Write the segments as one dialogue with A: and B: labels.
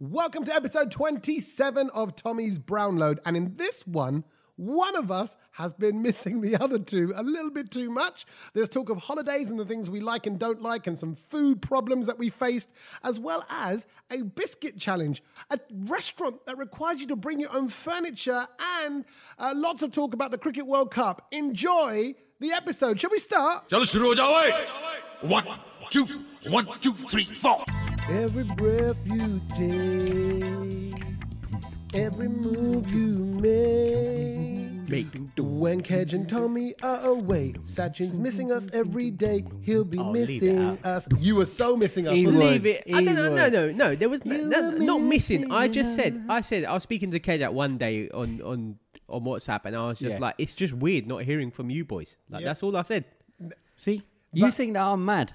A: Welcome to episode 27 of Tommy's Brownload. And in this one, one of us has been missing the other two a little bit too much. There's talk of holidays and the things we like and don't like, and some food problems that we faced, as well as a biscuit challenge, a restaurant that requires you to bring your own furniture, and uh, lots of talk about the Cricket World Cup. Enjoy the episode. Shall we start?
B: चलो शुरू हो जाओ one two one two three four
A: Every breath you take, every move you make. When Kedge and Tommy are away, Sachin's missing us every day. He'll be
C: leave it
A: missing us. You were so missing us.
C: He
A: wasn't
C: was.
A: you?
D: Leave it. I don't know. No,
C: Ewood.
D: no, no. There was no,
A: You
D: no-
A: were
D: not missing. I just
A: missing
D: said. I said. I was speaking to Kajak one day on on on WhatsApp, and I was just
C: Yeah.
D: like, it's just weird not hearing from you boys. Like
A: Yeah.
D: that's all I said.
C: See, you think that I'm mad,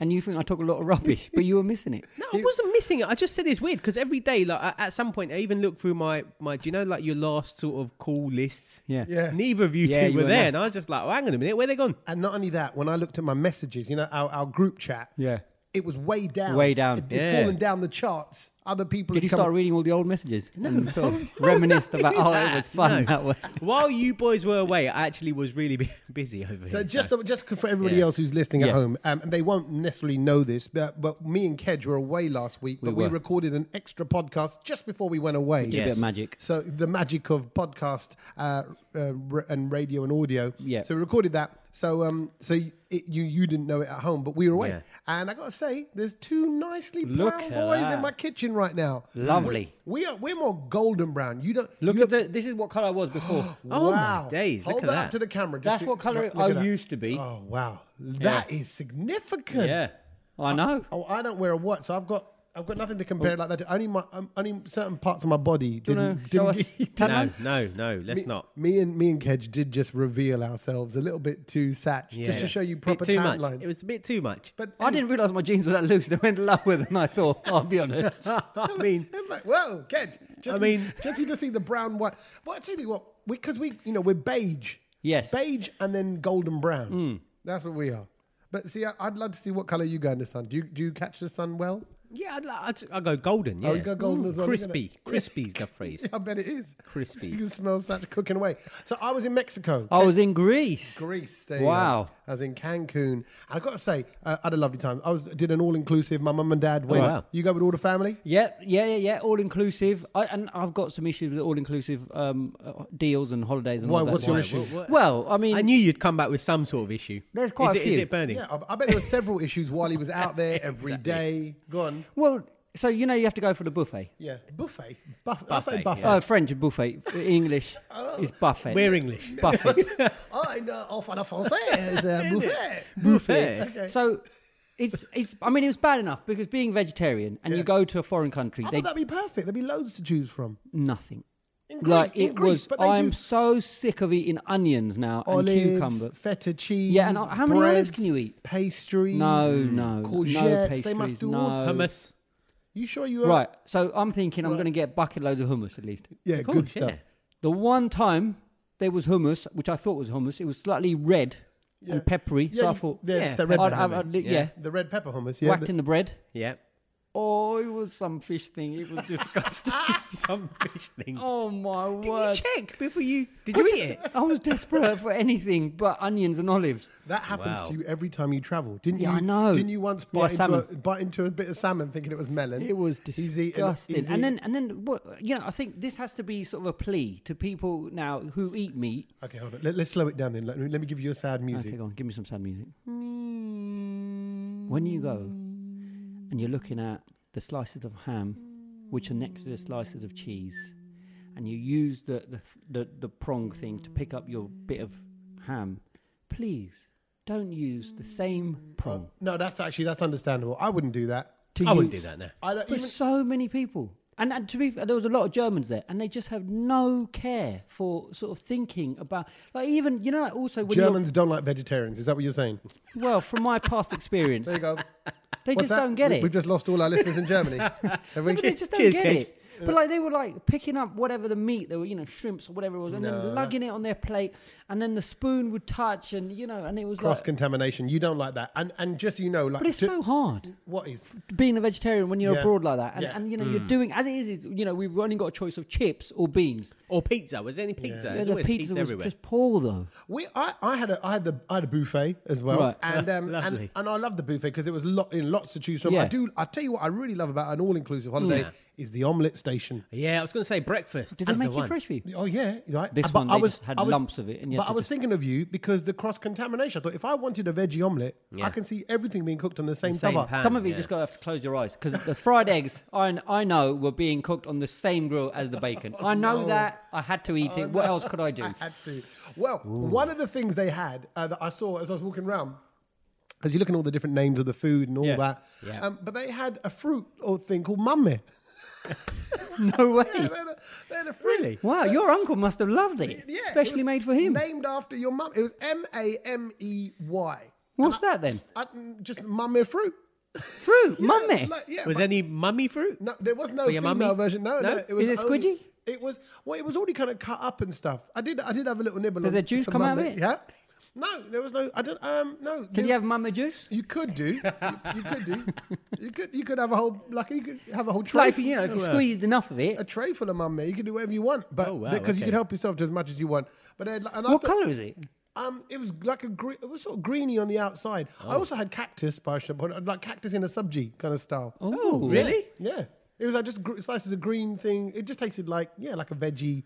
C: and you think I talk a lot of rubbish, but you were missing it.
D: No, I wasn't missing it. I just said it's weird because every day, like I- at some point, I even looked through my my. Do you know like your last sort of call lists?
C: Yeah.
A: Yeah.
D: Neither of you
C: Yeah,
D: two
C: you
D: were
C: were
D: there,
C: not.
D: and I was just like, oh, hang on a minute, where they gone?
A: And not only that, when I looked at my messages, you know, our, our group chat,
C: Yeah.
A: it was way down.
C: Way down,
A: It, it's
D: yeah.
A: fallen down the charts. Other people
C: Did you
A: had come-
C: start reading all the old messages? No, and sort of reminisced
D: Don't
C: about.
D: do
C: Oh,
D: that.
C: it was fun
D: No.
C: that way.
D: While you boys were away, I actually was really bu- busy over
A: So
D: here.
A: just just for everybody
D: Yeah.
A: else who's listening at
D: Yeah.
A: home, um, and they won't necessarily know this, but but me and Kedge were away last week, but we
C: were.
A: recorded an extra podcast just before we went away.
C: Did a bit
D: Yes.
C: of magic.
A: So the magic of podcast uh, uh, r- and radio and audio.
C: Yeah.
A: So we recorded that. So um, so y- it, you you didn't know it at home, but we were away.
D: Yeah.
A: And I gotta say, there's two nicely
C: Look
A: brown
C: at
A: boys in
C: that.
A: my kitchen right now.
C: Lovely.
A: We are we're more golden brown. You don't
C: Look
A: you
C: at the. This is what colour I was before.
D: Oh my
A: wow.
D: days, look
A: Hold
D: at
A: that,
D: that.
A: up to the camera. just
C: That's
A: to-
C: what colour
A: look
C: I
A: at that.
C: used to be.
A: Oh wow, that is significant.
C: yeah, I know.
A: Oh, I don't wear a watch, so I've got I've got
D: Oh.
A: nothing to compare it like that. To. Only my um, only certain parts of my body
C: wanna
A: didn't.
C: show
A: didn't
C: us
A: get-
C: tan
D: no,
C: lines?
D: no, no. Let's not.
A: Me and me and Kedge did just reveal ourselves a little bit too satch, just to show you
D: Bit
A: proper
D: too
A: tan
D: much.
A: lines.
D: It was a bit too much.
A: but
C: I didn't realise my jeans were that loose. They went lower than I thought. I'll be honest.
D: I mean,
A: I'm like, whoa, Kedge. Just
D: I mean-
A: just need to see the brown white. Well, actually, what because we you know we're beige.
C: Yes.
A: beige and then golden brown.
D: Hmm.
A: That's what we are. But see, I, I'd love to see what color you go in the sun. Do you do you catch the sun well?
D: yeah, I'd, li- I'd, I'd go golden. Yeah.
A: Oh, you go golden as well, look at
D: Crispy.
A: that.
D: Crispy's the phrase.
A: I bet it is.
D: Crispy.
A: You can smell such cooking away. So I was in Mexico.
C: I was in Greece.
A: Greece. There you
C: Oh. Wow.
A: go. I was in Cancun. And I've got to say, uh, I had a lovely time. I was did an all inclusive. My mum and
C: Oh,
A: dad went.
D: wow.
A: You go with all the family?
C: Yeah, yeah, yeah, yeah. All inclusive. I, and I've got some issues with all inclusive um, uh, deals and holidays and
A: Why,
C: all that.
A: what's your
C: Why?
A: issue?
C: Well, I mean,
D: I knew you'd come back with some sort of issue.
C: There's quite
D: is
C: a
D: it, Is
C: few.
D: it burning?
A: Yeah, I, I bet there were several issues while he was out there every day. Go on.
C: Well, so you know you have to go for the buffet.
A: Yeah. Buffet. Buff- I say
D: Buffet,
A: buffet.
C: Oh, French buffet. English
A: Oh.
C: is buffet.
D: We're English.
C: buffet. Oh,
A: I know, en français, is a uh, buffet.
D: Buffet.
C: So it's it's. I mean, it was bad enough because being vegetarian and you go to a foreign country,
A: I
C: they
A: thought that'd be perfect. There'd be loads to choose from.
C: nothing.
A: In
C: like
A: Greece-
C: it
A: in Greece,
C: was.
A: but they
C: I'm
A: do
C: so sick of eating onions now and
A: olives,
C: cucumber.
A: feta cheese.
C: Yeah, and uh, how many olives
A: breads,
C: can you eat?
A: Pastries.
C: No, no, no
A: courgettes. they must
C: pastries,
A: do all.
C: no.
D: Hummus.
A: You sure you are?
C: Right. So I'm thinking I'm going to get bucket loads of hummus at least.
A: Yeah,
D: Of course,
A: good stuff.
D: yeah.
C: The one time there was hummus, which I thought was hummus, it was slightly red
A: Yeah.
C: and peppery.
A: Yeah,
C: so I
A: you-
C: thought,
A: yeah, it's the
C: I'd-
A: red
C: I'd-
A: pepper
C: I'd-
D: hummus.
C: yeah,
D: Yeah.
A: The red pepper hummus. Yeah.
C: whacked
A: the-
C: in the bread.
D: Yeah.
C: Oh, it was some fish thing. It was disgusting.
A: Ah!
D: Some fish thing.
C: oh my
D: Did
C: word!
D: you check before you? Did
C: I
D: you
C: just-
D: eat it?
C: I was desperate for anything but onions and olives.
A: that happens
D: Wow.
A: to you every time you travel, didn't
C: Yeah,
A: you?
C: I know.
A: Didn't you once
C: Yeah,
A: bite, into, a,
C: salmon.
A: bite into a bit of salmon thinking it was melon?
C: It was
A: He's eaten-
C: disgusting.
A: he's
C: and
A: eaten-
C: then, and then, what? You know, I think this has to be sort of a plea to people now who eat meat.
A: okay, hold on. Let, us slow it down then. Let, me- let me give you a sad music.
C: Okay, go on. Give me some sad music. When you go and you're looking at the slices of ham, which are next to the slices of cheese, and you use the the, the, the prong thing to pick up your bit of ham, please don't use the same prong.
A: Oh, No, that's actually that's understandable. I wouldn't do that.
C: To
D: I wouldn't do
C: use-
D: that now.
A: I don't
C: But
A: even.
C: so many people. And, and to be fair, there was a lot of Germans there, and they just have no care for sort of thinking about, like even you know, like also when you're-
A: Germans don't like vegetarians. Is that what you're saying?
C: well, from my past experience,
A: There you go.
C: they
A: What's
C: just
A: that?
C: don't get
A: We-
C: it.
A: We've just lost all our listeners in Germany. Have we?
C: No, but they just don't
D: Cheers,
C: get
D: Kate.
C: it. But like they were like picking up whatever the meat, they were you know shrimps or whatever it was, and
A: No.
C: then lugging it on their plate, and then the spoon would touch, and you know, and it was
A: Cross
C: like.
A: contamination. You don't like that. And and just so you know, like
C: But it's
A: to-
C: so hard
A: what is
C: being a vegetarian when you're
A: Yeah.
C: abroad like that, and,
A: Yeah.
C: and you know
D: Hmm.
C: you're doing as it is. Is you know we've only got a choice of chips or beans.
D: Or pizza. Was there any pizza? There's
C: the
D: always pizza,
C: pizza was
D: everywhere.
C: just poor though.
A: We, I, I had a, I had the, I had a buffet as well,
C: Right.
A: and um, and
D: Lovely.
A: and I love the buffet because it was lot, you know, lots to choose from. I
C: Yeah.
A: do, I tell you what, I really love about an all-inclusive holiday
D: Yeah.
A: is the omelette station.
D: Yeah, I was going to say breakfast.
C: Did they
D: as the
C: make it
D: one.
C: fresh for you?
A: Oh yeah, right.
C: This
A: Uh,
C: one, they just had lumps of it and you
A: but
C: had
A: I
C: to
A: was
C: just-
A: thinking of you because the cross-contamination. I thought if I wanted a veggie omelette, I
D: Yeah.
A: can see everything being cooked on the same,
D: same
A: cover.
D: pan.
C: Some of you
D: yeah.
C: just got to have to close your eyes because the fried eggs, I, I know, were being cooked on the same grill as the bacon. I know
A: no. Oh,
C: that. I had to eat it. What else could I do?
A: I had to. Well, one of the things they had uh, that I saw as I was walking around, because you look at all the different names of the food and all
C: Yeah.
A: that,
D: Yeah.
A: um, but they had a fruit or thing called mummy.
C: no way.
A: they had a, they had a fruit. Really?
C: Wow, your uncle must have loved it.
A: Yeah, it
C: Especially
A: was
C: made for him.
A: Named after your mum. It was M A M E Y.
C: What's that then?
A: I- mm, Just mummy fruit.
C: Fruit,
A: Yeah,
C: mummy.
A: like- yeah,
D: Was
A: but-
D: any mummy fruit?
A: no, there was no
D: For your
A: female
D: mummy?
A: version. No, no,
D: No?
A: It was
C: Is it
A: only-
C: squidgy?
A: it was well. It was already kind of cut up and stuff. I did. I did have a little nibble.
C: Does
A: on
C: the juice
A: some
C: come out of
A: mummy.
C: it?
A: Yeah. No, there was no. I don't. Um, no.
C: Can you have mama juice?
A: You could do. You, you could do. You could. You could have a whole like. You could have a whole tray.
C: Like, if
A: full-
C: you, you know, if you
D: Well.
C: squeezed enough of
A: a
C: it,
A: tray full of mummy. You could do whatever you want, but because
D: Oh, wow,
A: you
D: okay.
A: could help yourself to as much as you want. But they had, like- and I
C: what
A: thought-
C: colour is it?
A: Um, it was like a green. It was sort of greeny on the outside. I also had cactus by Shop, like cactus in a subji kind of style.
C: Oh,
D: Really?
A: Yeah, it was like just gr- slices of green thing. It just tasted like yeah, like a veggie,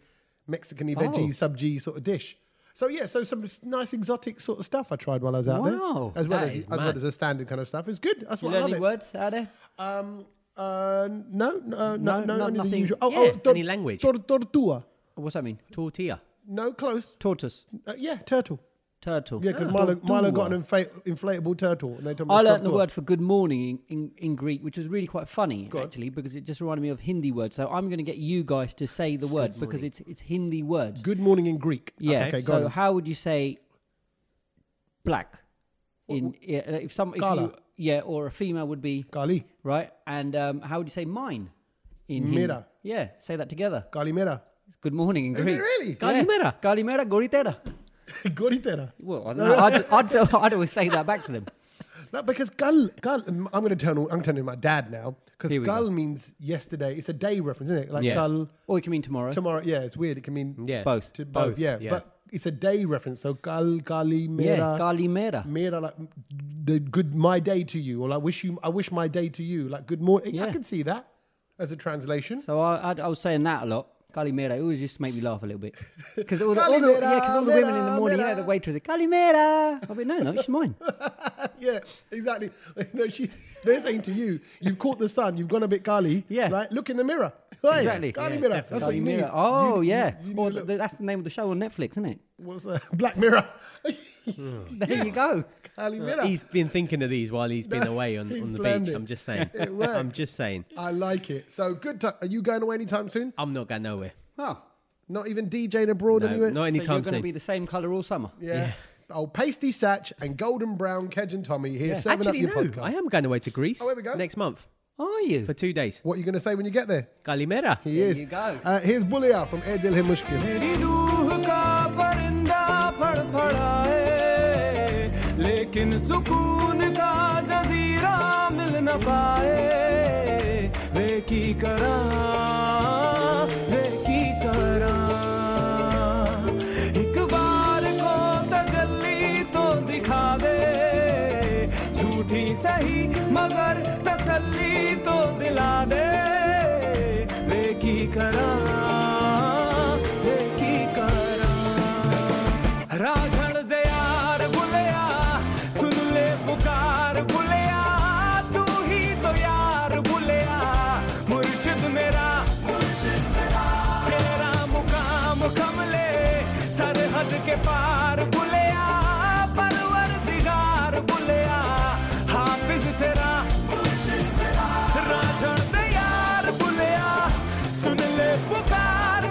A: Mexican-y veggie subji sort of dish. So yeah, so some s- nice exotic sort of stuff I tried while I was out
C: Wow,
A: there, as well
D: that
A: as
D: is
A: as well
D: mad.
A: as the standard kind of stuff. It's good. That's
C: You
A: what I
C: learn
A: love
C: any
A: it.
C: words out there?
A: Um, uh, no, no, no, no,
C: No, no-
A: only the
C: nothing.
A: usual. Oh,
D: Yeah,
A: oh tor-
D: any language.
A: Tor- tortua.
C: What's that mean?
D: Tortilla.
A: No, close.
C: Tortoise.
A: Uh, yeah, turtle.
C: Turtle.
A: Yeah, because
C: Ah.
A: Milo, Milo got an
C: Tortua.
A: infa- inflatable turtle, and they told me
C: I learned the
A: tortua.
C: word for good morning in, in, in Greek, which was really quite funny actually, because it just reminded me of Hindi words. So I'm going to get you guys to say the word because it's it's Hindi words.
A: Good morning in Greek.
C: Yeah.
A: Okay, go
C: so
A: on.
C: how would you say black? In yeah, uh, if some if
A: Kala.
C: you, yeah, or a female would be
A: Kali.
C: right. And um, how would you say mine? In Hindi?
A: Mira.
C: Yeah, say that together.
A: Kalimera.
C: It's good morning in
A: Is
C: Greek.
A: it really?
C: Kalimera. Kalimera goritera.
A: Goritera.
C: Well, I don't know. I'd, I'd, I'd, always say that back to them.
A: No, because gal, gal, I'm going to turn. I'm turning my dad now because
C: Here we
A: gal
C: go.
A: means yesterday. It's a day reference, isn't it? Like
C: Yeah.
A: gal
C: Or you can mean tomorrow.
A: tomorrow. Yeah, it's weird. It can mean
D: Yeah.
C: Both.
A: to both.
D: Both,
A: Yeah,
D: yeah.
A: but it's a day reference. So gal, kalimera,
C: yeah, Kalimera.
A: mera, like the good my day to you, or like wish you. I wish my day to you. Like good morning. I
C: Yeah.
A: can see that as a translation.
C: So I, I, I was saying that a lot. Calimera, it always used to make me laugh a little bit. Because all the, all the,
A: Calimera,
C: yeah, 'cause all the women in the
A: mera,
C: morning, you
A: mera.
C: know, the waitress, like, Calimera. I'll be, no, no, she's mine.
A: yeah, exactly. No, she. They're saying to you, you've caught the sun. You've gone a bit gali.
C: Yeah.
A: Right. Look in the mirror. Right.
C: Exactly.
A: Gali
D: Yeah,
A: mirror. That's what you need.
C: Calimera. Oh,
A: You-
C: yeah.
A: you need
C: Or
A: a
C: th-
A: little-
C: that's the name of the show on Netflix, isn't it?
A: What's that? Black Mirror.
C: Hmm. There you go.
A: Gali mirror.
D: He's been thinking of these while he's been away on,
A: he's
D: on the
A: planned
D: beach.
A: it.
D: I'm just saying.
A: It worked.
D: I'm just saying.
A: I like it. So good. Time. Are you going away anytime soon?
D: I'm not going nowhere.
C: Oh,
A: Not even DJing abroad
D: No,
A: anywhere.
D: not
C: so you're
D: anytime
C: going to
D: soon.
C: be the same colour all summer.
A: yeah. Oh, pasty Satch and Golden Brown Kedge and Tommy here serving
D: Actually,
A: up
D: no.
A: your podcast.
D: I am going away to Greece.
A: Oh, here we go.
D: Next month
C: Are you?
D: for two days.
A: What are you going to say when you get there?
D: Kalimera.
A: He
C: There
A: is.
C: you go.
A: Uh, here's Bullia from Air Dil Hai Mushkil.
E: मेरी रूह का परिंदा फड़फड़ाए लेकिन सुकून का जजीरा मिल न पाए वे की करा वे की करा एक बार को तजल्ली तो दिखा दे झूठी सही मगर तसल्ली तो दिला दे वे की करा वे की करा राधण दे यार बुलया सुन ले पुकार बुलया तू ही तो यार बुलया मुर्शिद मेरा तेरा मुकाम कमले सरहद के पार बुलया परवर दिगार बुलया हाफिज तेरा राजन दे यार बुलया सुन ले पुकार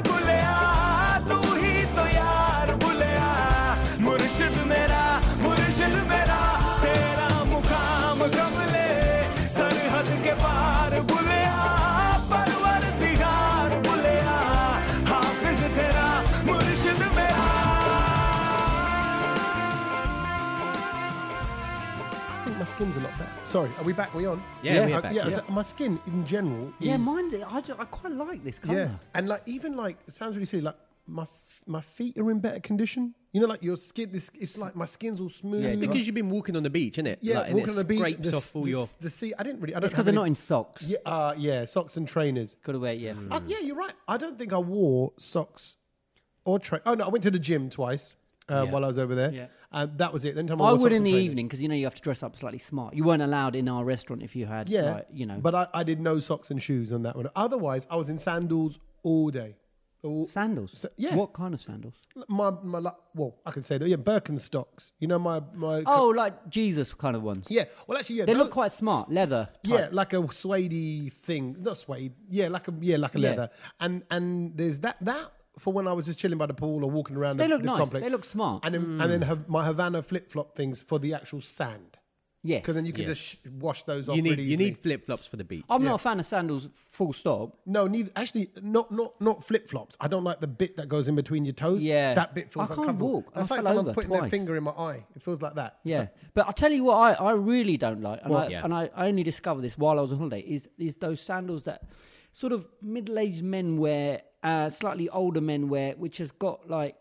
A: skin's a lot better. Sorry, are we back? we on?
D: Yeah,
C: Yeah.
D: we
A: Uh,
D: are back.
A: yeah, so my skin in general is.
C: Yeah, mine. I, ju- I quite like this colour.
A: Yeah, and like even like it sounds really silly. Like my f- my feet are in better condition. You know, like your skin. This it's like my skin's all smooth.
D: It's
A: and
D: because
A: like-
D: you've been walking on the beach, innit?
A: yeah,
D: Like, and
A: walking
D: it
A: on the beach,
D: Scrapes
A: the,
D: off all
A: the,
D: your.
A: the sea. I didn't really. I don't.
C: It's because
A: have
C: they're
A: any-
C: not in Mm. socks.
A: Yeah, uh, yeah, socks and trainers.
C: Got to wear yeah.
A: Uh, yeah, you're right. I don't think I wore socks or tra Oh no, I went to the gym twice uh, while I was over there.
C: Yeah.
A: and that was it. The only time I,
C: I
A: wore socks
C: would in
A: and
C: the
A: trainers.
C: evening because you know you have to dress up slightly smart. You weren't allowed in our restaurant if you had,
A: Yeah,
C: like, you know,
A: But I, I did no socks and shoes on that one. Otherwise, I was in sandals all day. All,
C: sandals.
A: Sa- yeah.
C: What kind of sandals?
A: my my like, well, I can say that. Yeah, Birkenstocks. You know my my.
C: Oh, like Jesus kind of ones.
A: yeah. Well, actually, yeah.
C: They
A: tho-
C: look quite smart, leather.
A: Yeah,
C: Type.
A: like a suede thing, not suede. Yeah, like a yeah, like a
C: Yeah.
A: leather. And and there's that that for when I was just chilling by the pool or walking around.
C: They
A: the,
C: look
A: the
C: nice.
A: Complex.
C: They look smart. Mm.
A: And then, and then have my Havana flip flop things for the actual sand
C: Yeah.
A: because then you can
D: Yeah.
A: just sh- wash those off.
D: You need
A: really Oh,
D: you
A: easily.
D: need flip flops for the beach.
C: I'm
A: yeah.
C: not a fan of sandals. Full stop.
A: no, neither actually not not not flip flops. I don't like the bit that goes in between your toes.
C: Yeah.
A: that bit feels
C: I can't
A: uncomfortable.
C: walk. I
A: That's like
C: fell
A: someone
C: over
A: putting their
C: twice.
A: finger in my eye. It feels like that. It's
C: Yeah,
A: like-
C: but I tell you what, I, I really don't like, and, I,
D: Yeah.
C: and I, I only discovered this while I was on holiday is is those sandals that sort of middle aged men wear, uh, slightly older men wear, which has got like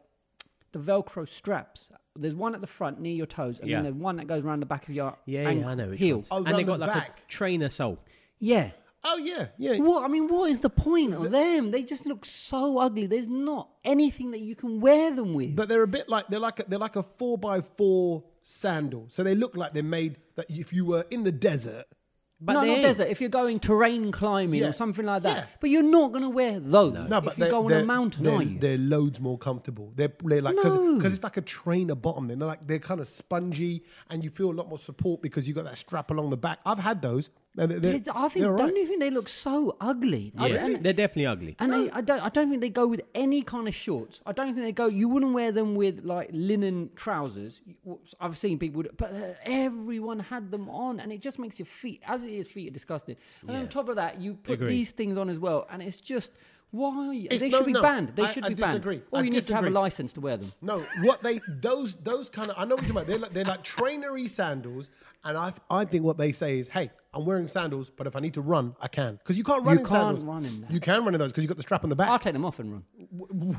C: the Velcro straps. There's one at the front near your toes, and
D: Yeah.
C: then there's one that goes around the back of your
D: Yeah,
C: ankle,
D: yeah, I know. which
C: heel.
D: ones.
A: Oh,
D: and they
A: round
D: got
A: the
D: like
A: back.
D: a trainer sole.
C: Yeah.
A: oh yeah, yeah.
C: What I mean, what is the point of them? They just look so ugly. There's not anything that you can wear them with.
A: But they're a bit like they're like a, they're like a four by four sandal. So they look like they're made that if you were in the desert.
D: But
C: no,
D: they
C: not
D: ain't.
C: desert. If you're going terrain climbing
A: Yeah.
C: or something like that,
A: Yeah.
C: but you're not going to wear those
A: No, but
C: if you
A: they're-
C: go on
A: they're-
C: a mountain,
A: they're,
C: are you?
A: They're loads more comfortable. They're, they're like because
C: No.
A: it's like a trainer bottom. They're like they're kind of spongy, and you feel a lot more support because you got that strap along the back. I've had those. and they're- they're-
C: It's- I think
A: they're all
C: don't
A: right.
C: you think they look so ugly?
A: Oh,
C: I-
D: Yeah,
C: and
D: they're definitely ugly.
C: and they, I don't I don't think they go with any kind of shorts. I don't think they go. You wouldn't wear them with like linen trousers. You- I've seen people, do- but uh, everyone had them on, and it just makes your feet, as it is, feet are disgusting. And on top of that, you put
D: Agree.
C: these things on as well, and it's just. Why
A: It's
C: they
A: no-
C: should be
A: no.
C: banned? They
A: I-
C: should
A: I
C: be banned.
A: disagree.
C: Or
A: I
C: you need to have a
A: disagree.
C: license to wear them.
A: No, what they those those kind of I know what you're talking about. They're like, they're like trainery sandals, and I I think what they say is, hey, I'm wearing sandals, but if I need to run, I can because you can't run
C: You
A: in
C: can't
A: sandals.
C: run in that.
A: You can run in those because you got the strap on the back.
C: I'll take them off and run.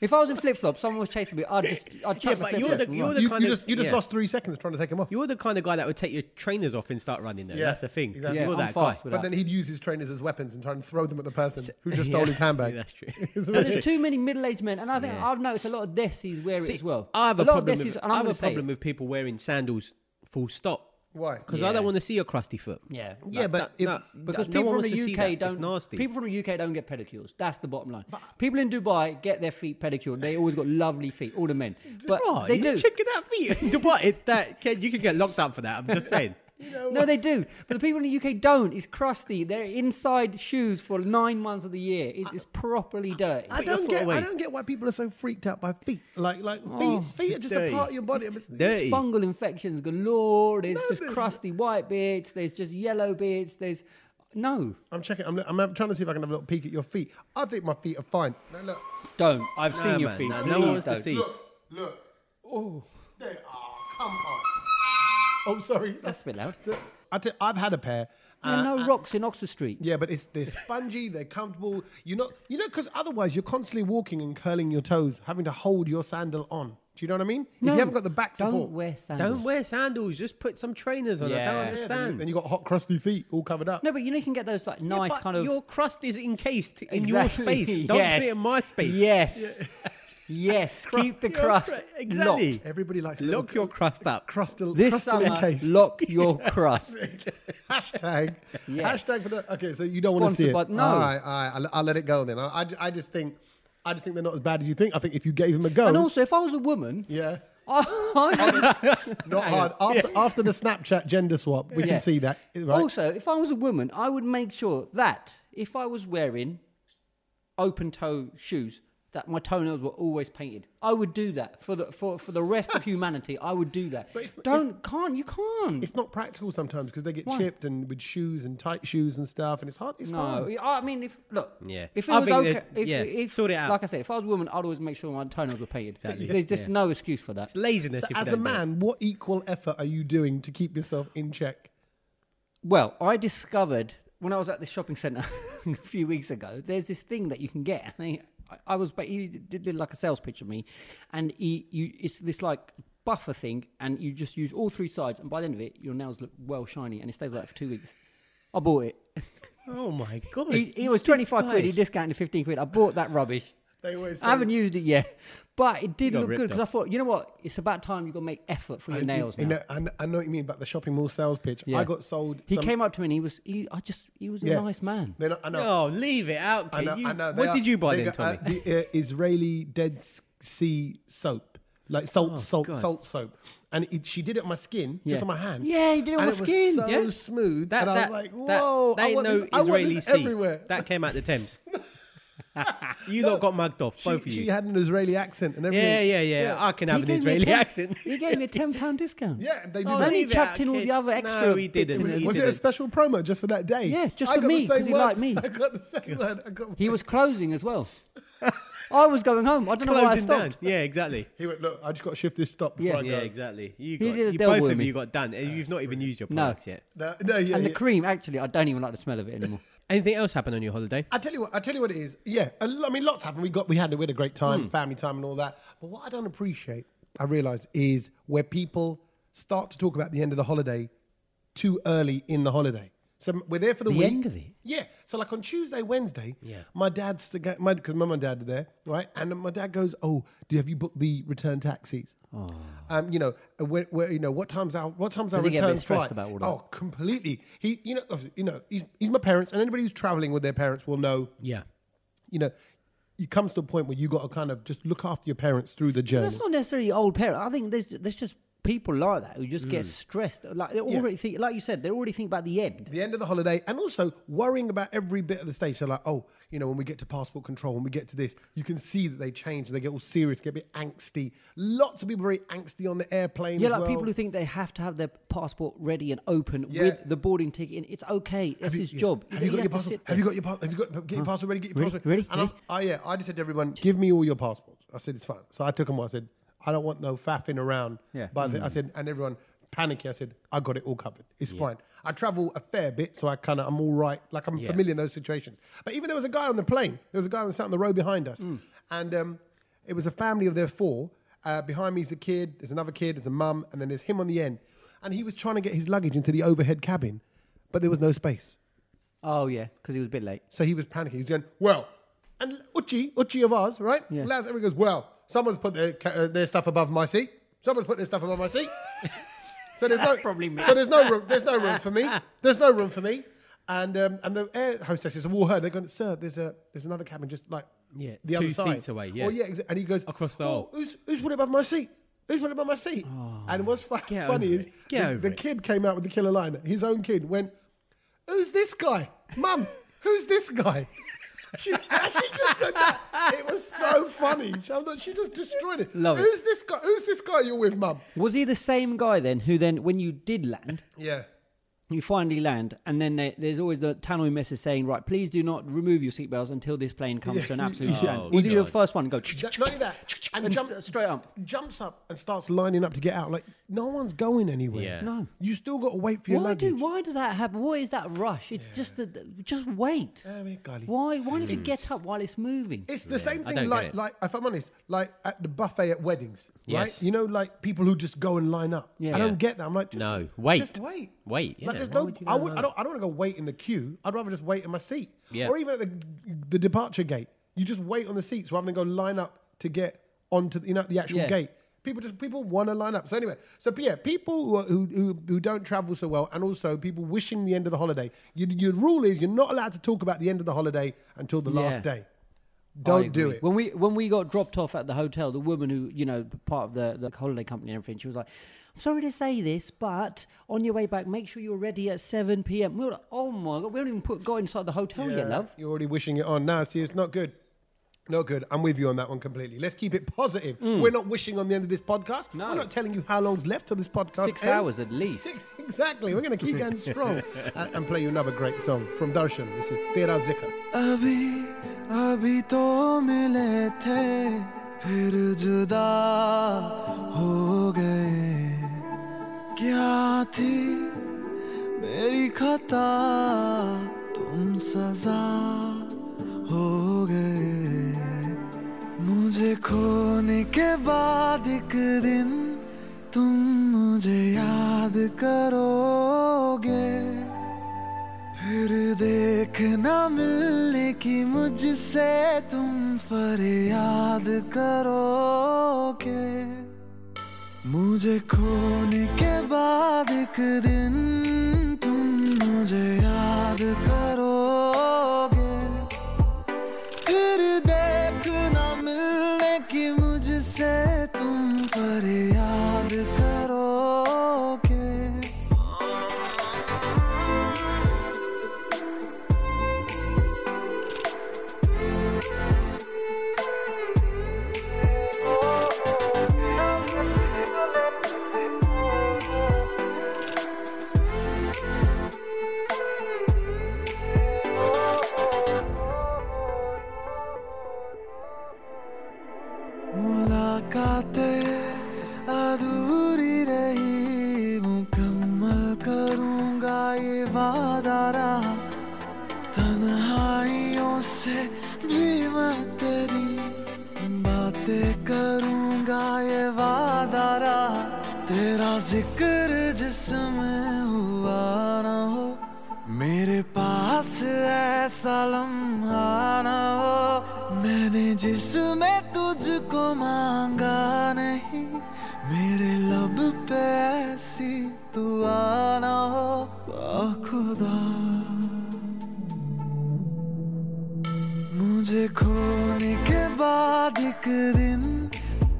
C: if I was in flip flops, someone was chasing me. I'd just, I'd chuck
D: but
C: the
D: you're
C: flip flops.
D: the- you're the-
A: you,
D: kind
A: you
D: of-
A: just you just
D: yeah.
A: lost three seconds trying to take them off.
D: You're the kind of guy that would take your trainers off and start running. Though
A: Yeah,
D: that's the thing. 'cause
A: exactly.
C: yeah,
D: You're
C: I'm
D: that guy.
C: fast with
A: but
C: that.
A: then he'd use his trainers as weapons and try and throw them at the person who just
D: Yeah.
A: stole his handbag.
D: Yeah, that's true.
C: And there's too many middle-aged men, and I think I've noticed a lot of dessies wear it
D: See,
C: as well.
D: I have a,
C: lot
D: problem.
C: of dessies,
D: with,
C: and
D: I
C: I'm
D: have a
C: gonna say
D: problem
C: it.
D: with people wearing sandals. Full stop.
A: Why?
D: Because I
C: Yeah.
D: don't want to see your crusty foot.
C: Yeah,
A: Yeah, but
D: that-
A: if-
D: no,
C: because
D: no
C: people
D: one
C: from
D: wants to see
C: the
D: that.
C: UK
D: It's
C: don't.
D: nasty.
C: People from the UK don't get pedicures. That's the bottom line. people in Dubai get their feet pedicured. They always got lovely feet. All the men, but
D: Right,
C: they
D: you
C: do.
D: Check it out, feet. What? It, that Ken, you could get locked up for that. I'm just saying.
C: No, they do. But the people in the UK don't. It's crusty. They're inside shoes for nine months of the year. It's, it's properly dirty.
A: I
D: Put your
A: don't
D: foot
A: get.
D: away.
A: I don't get why people are so freaked out by feet. Like, like
C: Oh,
A: feet, feet are just
D: dirty.
A: a part of your body.
D: It's
A: It's-
D: dirty.
C: fungal infections galore. There's
A: No,
C: just
A: there's-
C: crusty white bits. There's just yellow bits. There's no.
A: I'm checking. I'm, I'm trying to see if I can have a little peek at your feet. I think my feet are fine. No, look,
C: Don't. I've
D: No,
C: seen your
D: man,
C: feet.
D: No,
C: Please
D: no one wants to
C: don't.
D: see.
A: look, look.
C: Oh,
A: They are. Come on. I'm Oh, sorry.
C: that's a bit loud.
A: I t- I've had a pair.
C: There
A: uh,
C: are no rocks in Oxford Street.
A: Yeah, but it's they're spongy, they're comfortable. You know, you know, because otherwise you're constantly walking and curling your toes, having to hold your sandal on. Do you know what I mean? if
C: No,
A: you haven't got the back
C: don't
A: support,
C: wear sandals.
D: Don't wear sandals. Just put some trainers on. I
C: Yeah.
D: don't
C: Yeah,
A: yeah, then, you,
D: understand.
A: then you got hot, crusty feet all covered up.
C: No, but you know you can get those like nice
D: But
C: kind of.
D: Your crust is encased in
C: Exactly.
D: your space. Don't
C: Yes.
D: put it in my space.
C: Yes. yes. Keep the
D: your
C: crust.
D: cra- exactly.
C: locked.
A: Everybody likes a
D: Lock
A: little
D: your crust up.
A: crustal.
C: This
A: crustal
C: summer,
A: encased.
C: lock your crust.
A: hashtag.
C: Yes.
A: Hashtag for the. Okay, so you don't want to see it.
C: Sponsored by- no.
A: All right, all right. I'll, I'll let it go then. I, I, ju- I just think, I just think they're not as bad as you think. I think if you gave them a go,
C: And also, if I was a woman,
A: yeah.
C: I
A: Not hard. After, after the Snapchat gender swap, we
C: Yeah.
A: can see that. Right?
C: Also, if I was a woman, I would make sure that if I was wearing open toe shoes, that my toenails were always painted. I would do that for the for, for the rest of humanity. I would do that.
A: But it's- it's-
C: Don't can't you can't.
A: It's not practical sometimes because they get
C: Why?
A: chipped and with shoes and tight shoes and stuff, and it's hard. It's
C: No,
A: hard.
C: I mean, if look,
D: Yeah.
C: if it
D: I
C: was
D: think
C: okay,
A: uh,
D: they-
C: if,
D: yeah,
C: if
D: sort it out.
C: Like I said, if I was a woman, I'd always make sure my toenails were painted. There's just
D: yeah.
C: no excuse for that.
D: It's laziness.
A: So
D: if you
A: as a
D: don't do it.
A: man, what equal effort are you doing to keep yourself in check?
C: Well, I discovered when I was at the shopping centre a few weeks ago. There's this thing that you can get. I, I was, but he did, did like a sales pitch of me, and he, you, it's this like buffer thing, and you just use all three sides, and by the end of it, your nails look well shiny, and it stays like that for two weeks. I bought it.
D: Oh my god.
C: He, he was twenty five
D: guy.
C: quid. He discounted fifteen quid. I bought that rubbish.
A: They always say,
C: I haven't used it yet, but it did
D: got
C: look good
D: ripped
C: because I thought, you know what? It's about time you got to make effort for your
A: I-
C: nails
A: Uh, you
C: now.
A: know- I, kn- I know what you mean about the shopping mall sales pitch.
C: Yeah.
A: I got sold.
C: He
A: some-
C: came up to me and he was, he, I just, he was a
A: Yeah.
C: nice man.
A: They're not- I know.
D: Oh, leave it out,
A: I
D: kid.
A: know.
D: You-
A: I know. They
D: What
A: are-
D: did you buy
A: they
D: then,
A: got, uh,
D: Tommy?
A: the uh, Israeli Dead S- Sea soap, like salt, salt,
D: Oh, God.
A: salt soap, and it, she did it on my skin,
C: Yeah.
A: just on my hand.
C: Yeah, he did it on
A: And
C: my skin.
A: Was so
D: Yeah.
A: smooth,
D: That,
A: and I
D: that,
A: was like,
D: that-
A: "Whoa,
D: that
A: I,
D: ain't
A: want
D: no
A: this, I want
D: Israeli
A: this
D: sea.
A: everywhere."
D: That came out the Thames. you lot got mugged off,
A: she,
D: both of
A: she
D: you.
A: had an Israeli accent and everything.
D: yeah, yeah, yeah, I can have
C: He
D: an
C: gave me a
D: Israeli
C: ten-
D: accent.
C: He gave me a ten pound discount.
A: Yeah, they did
D: Oh,
A: that.
C: And he
D: Leave it
C: chucked
D: out,
C: in all
D: kid.
C: the other
D: No,
C: extra.
D: he
C: bits
D: didn't.
C: in
D: He
A: Was
C: there.
A: it a
D: didn't.
A: special promo just for that day?
C: Yeah, just
A: I
C: for
A: got
C: me,
A: the same
C: 'cause he
A: one.
C: liked me.
A: I got the same one. I got
C: He was closing as well. I was going home. I don't know why I
D: Closing
C: stopped.
D: down. Yeah, exactly.
A: He went, look, I just got to shift this stop before
C: Yeah.
A: I go.
D: Yeah, exactly. You
C: He
D: got,
C: did a
D: you
C: double
D: both
C: with
D: of
C: me.
D: you got done. and You've not even used your
C: No.
D: products yet.
A: No, no, yeah,
C: And the
A: yeah.
C: cream, actually, I don't even like the smell of it anymore.
D: Anything else happened on your holiday?
A: I tell you what, I tell you what it is. Yeah, a lo- I mean, lots happened. We got, we had, we had a great
C: Hmm.
A: time, family time, and all that. But what I don't appreciate, I realise, is where people start to talk about the end of the holiday too early in the holiday. So m- we're there for the,
C: The
A: week.
C: end of it?
A: Yeah. So like on Tuesday, Wednesday, my dad's to go, my because mum and dad are there, right? And my dad goes, "Oh, do have you booked the return taxis?
C: Oh.
A: Um, you know, uh, where, where, you know what times our what times our
C: Does he get a
A: return
C: bit stressed
A: flight?
C: about all that?
A: Oh, completely. He, you know, obviously, you know, he's, he's my parents, and anybody who's traveling with their parents will know.
D: Yeah.
A: You know, it comes to a point where you got to kind of just look after your parents through the journey.
C: That's not necessarily old parent. I think there's there's just people like that who just
A: Mm.
C: get stressed. Like they already think, like you said, they already think about the end.
A: the end of the holiday, and also worrying about every bit of the stage. So, like, oh, you know, when we get to passport control, when we get to this, you can see that they change. They get all serious, get a bit angsty. Lots of people very angsty on the airplane.
C: Yeah,
A: as
C: like
A: well.
C: people who think they have to have their passport ready and open
A: Yeah.
C: with the boarding ticket. in. It's okay.
A: Have
C: That's
A: you-
C: his
A: yeah.
C: job.
A: Have you got
C: He has
A: your
C: to
A: passport?
C: sit
A: Have
C: there.
A: you got your passport? Have you got get your passport ready? Get your
C: Ready?
A: passport
C: Ready?
A: And
C: Ready?
A: I, I, Oh, yeah, I just said to everyone, give me all your passports. I said it's fine. So I took them. all. I said I don't want no faffing around.
C: Yeah.
A: But I said, and everyone panicky. I said I got it all covered. It's fine. I travel a fair bit, so I kind of I'm all right. Like I'm familiar in those situations. But even there was a guy on the plane. There was a guy on sat on the row behind us, and um, it was a family of their four. Uh, behind me is a kid. There's another kid. There's a mum, and then there's him on the end. And he was trying to get his luggage into the overhead cabin, but there was no space.
C: Oh yeah, because he was a bit late.
A: So he was panicking. He was going, well, and Uchi, Uchi of ours, right?
C: Yeah.
A: Lads, everyone goes, well, someone's put their, ca- uh, their stuff above my seat. Someone's put their stuff above my seat. so there's no
C: probably me.
A: So there's no room. There's no room for me. There's no room for me. And um, and the air hostesses have all heard. They're going, sir, there's a there's another cabin just like
D: Yeah,
A: the
D: two
A: other side.
D: seats away, yeah.
A: Oh yeah. exa- And he goes
D: Across the
A: well,
D: hall. Oh,
A: Who's who's put it above my seat? Who's put it above my seat? and what's fu-
D: get
A: funny
D: over
A: is
D: it. Get
A: the-
D: over
A: the
D: it.
A: kid came out with the killer line. His own kid went, Who's this guy? Mum, who's this guy? She, she just said that. It was so funny. She, I'm not- she just destroyed it.
C: Love it.
A: who's this guy? Who's this guy you're with, Mum?
C: Was he the same guy then? Who then, when you did land,
A: Yeah.
C: you finally land, and then there, there's always the tannoy message saying, "Right, please do not remove your seatbelts until this plane comes to an absolute
A: yeah.
C: stand."
A: Oh,
C: Was he the
A: God.
C: first one to go?
A: That, not only that, and,
C: And
A: jump,
C: st- straight up.
A: jumps up and starts lining up to get out. Like no one's going anywhere.
D: Yeah.
C: No.
A: you still got to wait for your
C: Why
A: luggage.
C: do? Why does that happen? What is that rush? It's just the, just wait.
A: I mean, golly.
C: Why? Why did you get up while it's moving?
A: It's the same
D: don't
A: thing,
D: get
A: like,
D: it.
A: like if I'm honest, like at the buffet at weddings, right?
D: Yes.
A: You know, like people who just go and line up.
C: Yeah.
A: I don't
C: Yeah.
A: get that. I'm like, just,
D: No, wait.
A: just wait,
D: Wait, yeah.
A: Like there's
D: Why
A: no,
D: would you
A: I
D: go
A: would,
D: and
A: I don't, I don't want to go wait in the queue. I'd rather just wait in my seat,
D: Yeah.
A: or even at the the departure gate. You just wait on the seats rather than go line up to get onto, the- you know, the actual
C: Yeah.
A: gate. People just people want to line up. So anyway, so yeah, people who, are- who who who don't travel so well, and also people wishing the end of the holiday. Your, your rule is you're not allowed to talk about the end of the holiday until the last
C: Yeah.
A: day.
C: I
A: Don't do
C: agree.
A: it.
C: When we when we got dropped off at the hotel, the woman who you know part of the, the holiday company and everything, she was like, "I'm sorry to say this, but on your way back, make sure you're ready at 7 p.m." We were like, "Oh my god, we haven't even put got inside the hotel yet,
A: Yeah,
C: love."
A: You're already wishing it on. Now, see, it's not good. No good. I'm with you on that one completely. Let's keep it positive. We're not wishing on the end of this podcast.
C: Mm. No.
A: We're not telling you how long's left till this podcast.
C: Six
A: ends.
C: hours at least.
A: Six, exactly. We're going to keep going strong and, and play you another great song from Darshan. This is Tera Zikr.
E: अभी अभी तो मिले थे फिर जुदा हो गए क्या थी मेरी खता तुम सजा हो गए मुझे खोने के बाद एक दिन तुम मुझे याद करोगे फिर देखना मिलने की मुझसे तुम फरियाद करोगे मुझे खोने के बाद एक दिन तुम मुझे याद करोगे फिर देखना मिलने की मुझसे तुम फरियाद करोगे मुलाकातें अधूरी रही मुकम्मल करूंगा ये वादा रहा तन्हाइयों से भी मैं तेरी बातें करूंगा ये वादा रहा तेरा जिक्र जिसमें हुआ ना हो मेरे पास ऐसा लम्हा ना हो मैंने जिसमें तुझको मांगा नहीं मेरे लब पे ऐसी तू आना हो आ खुदा मुझे खोने के बाद एक दिन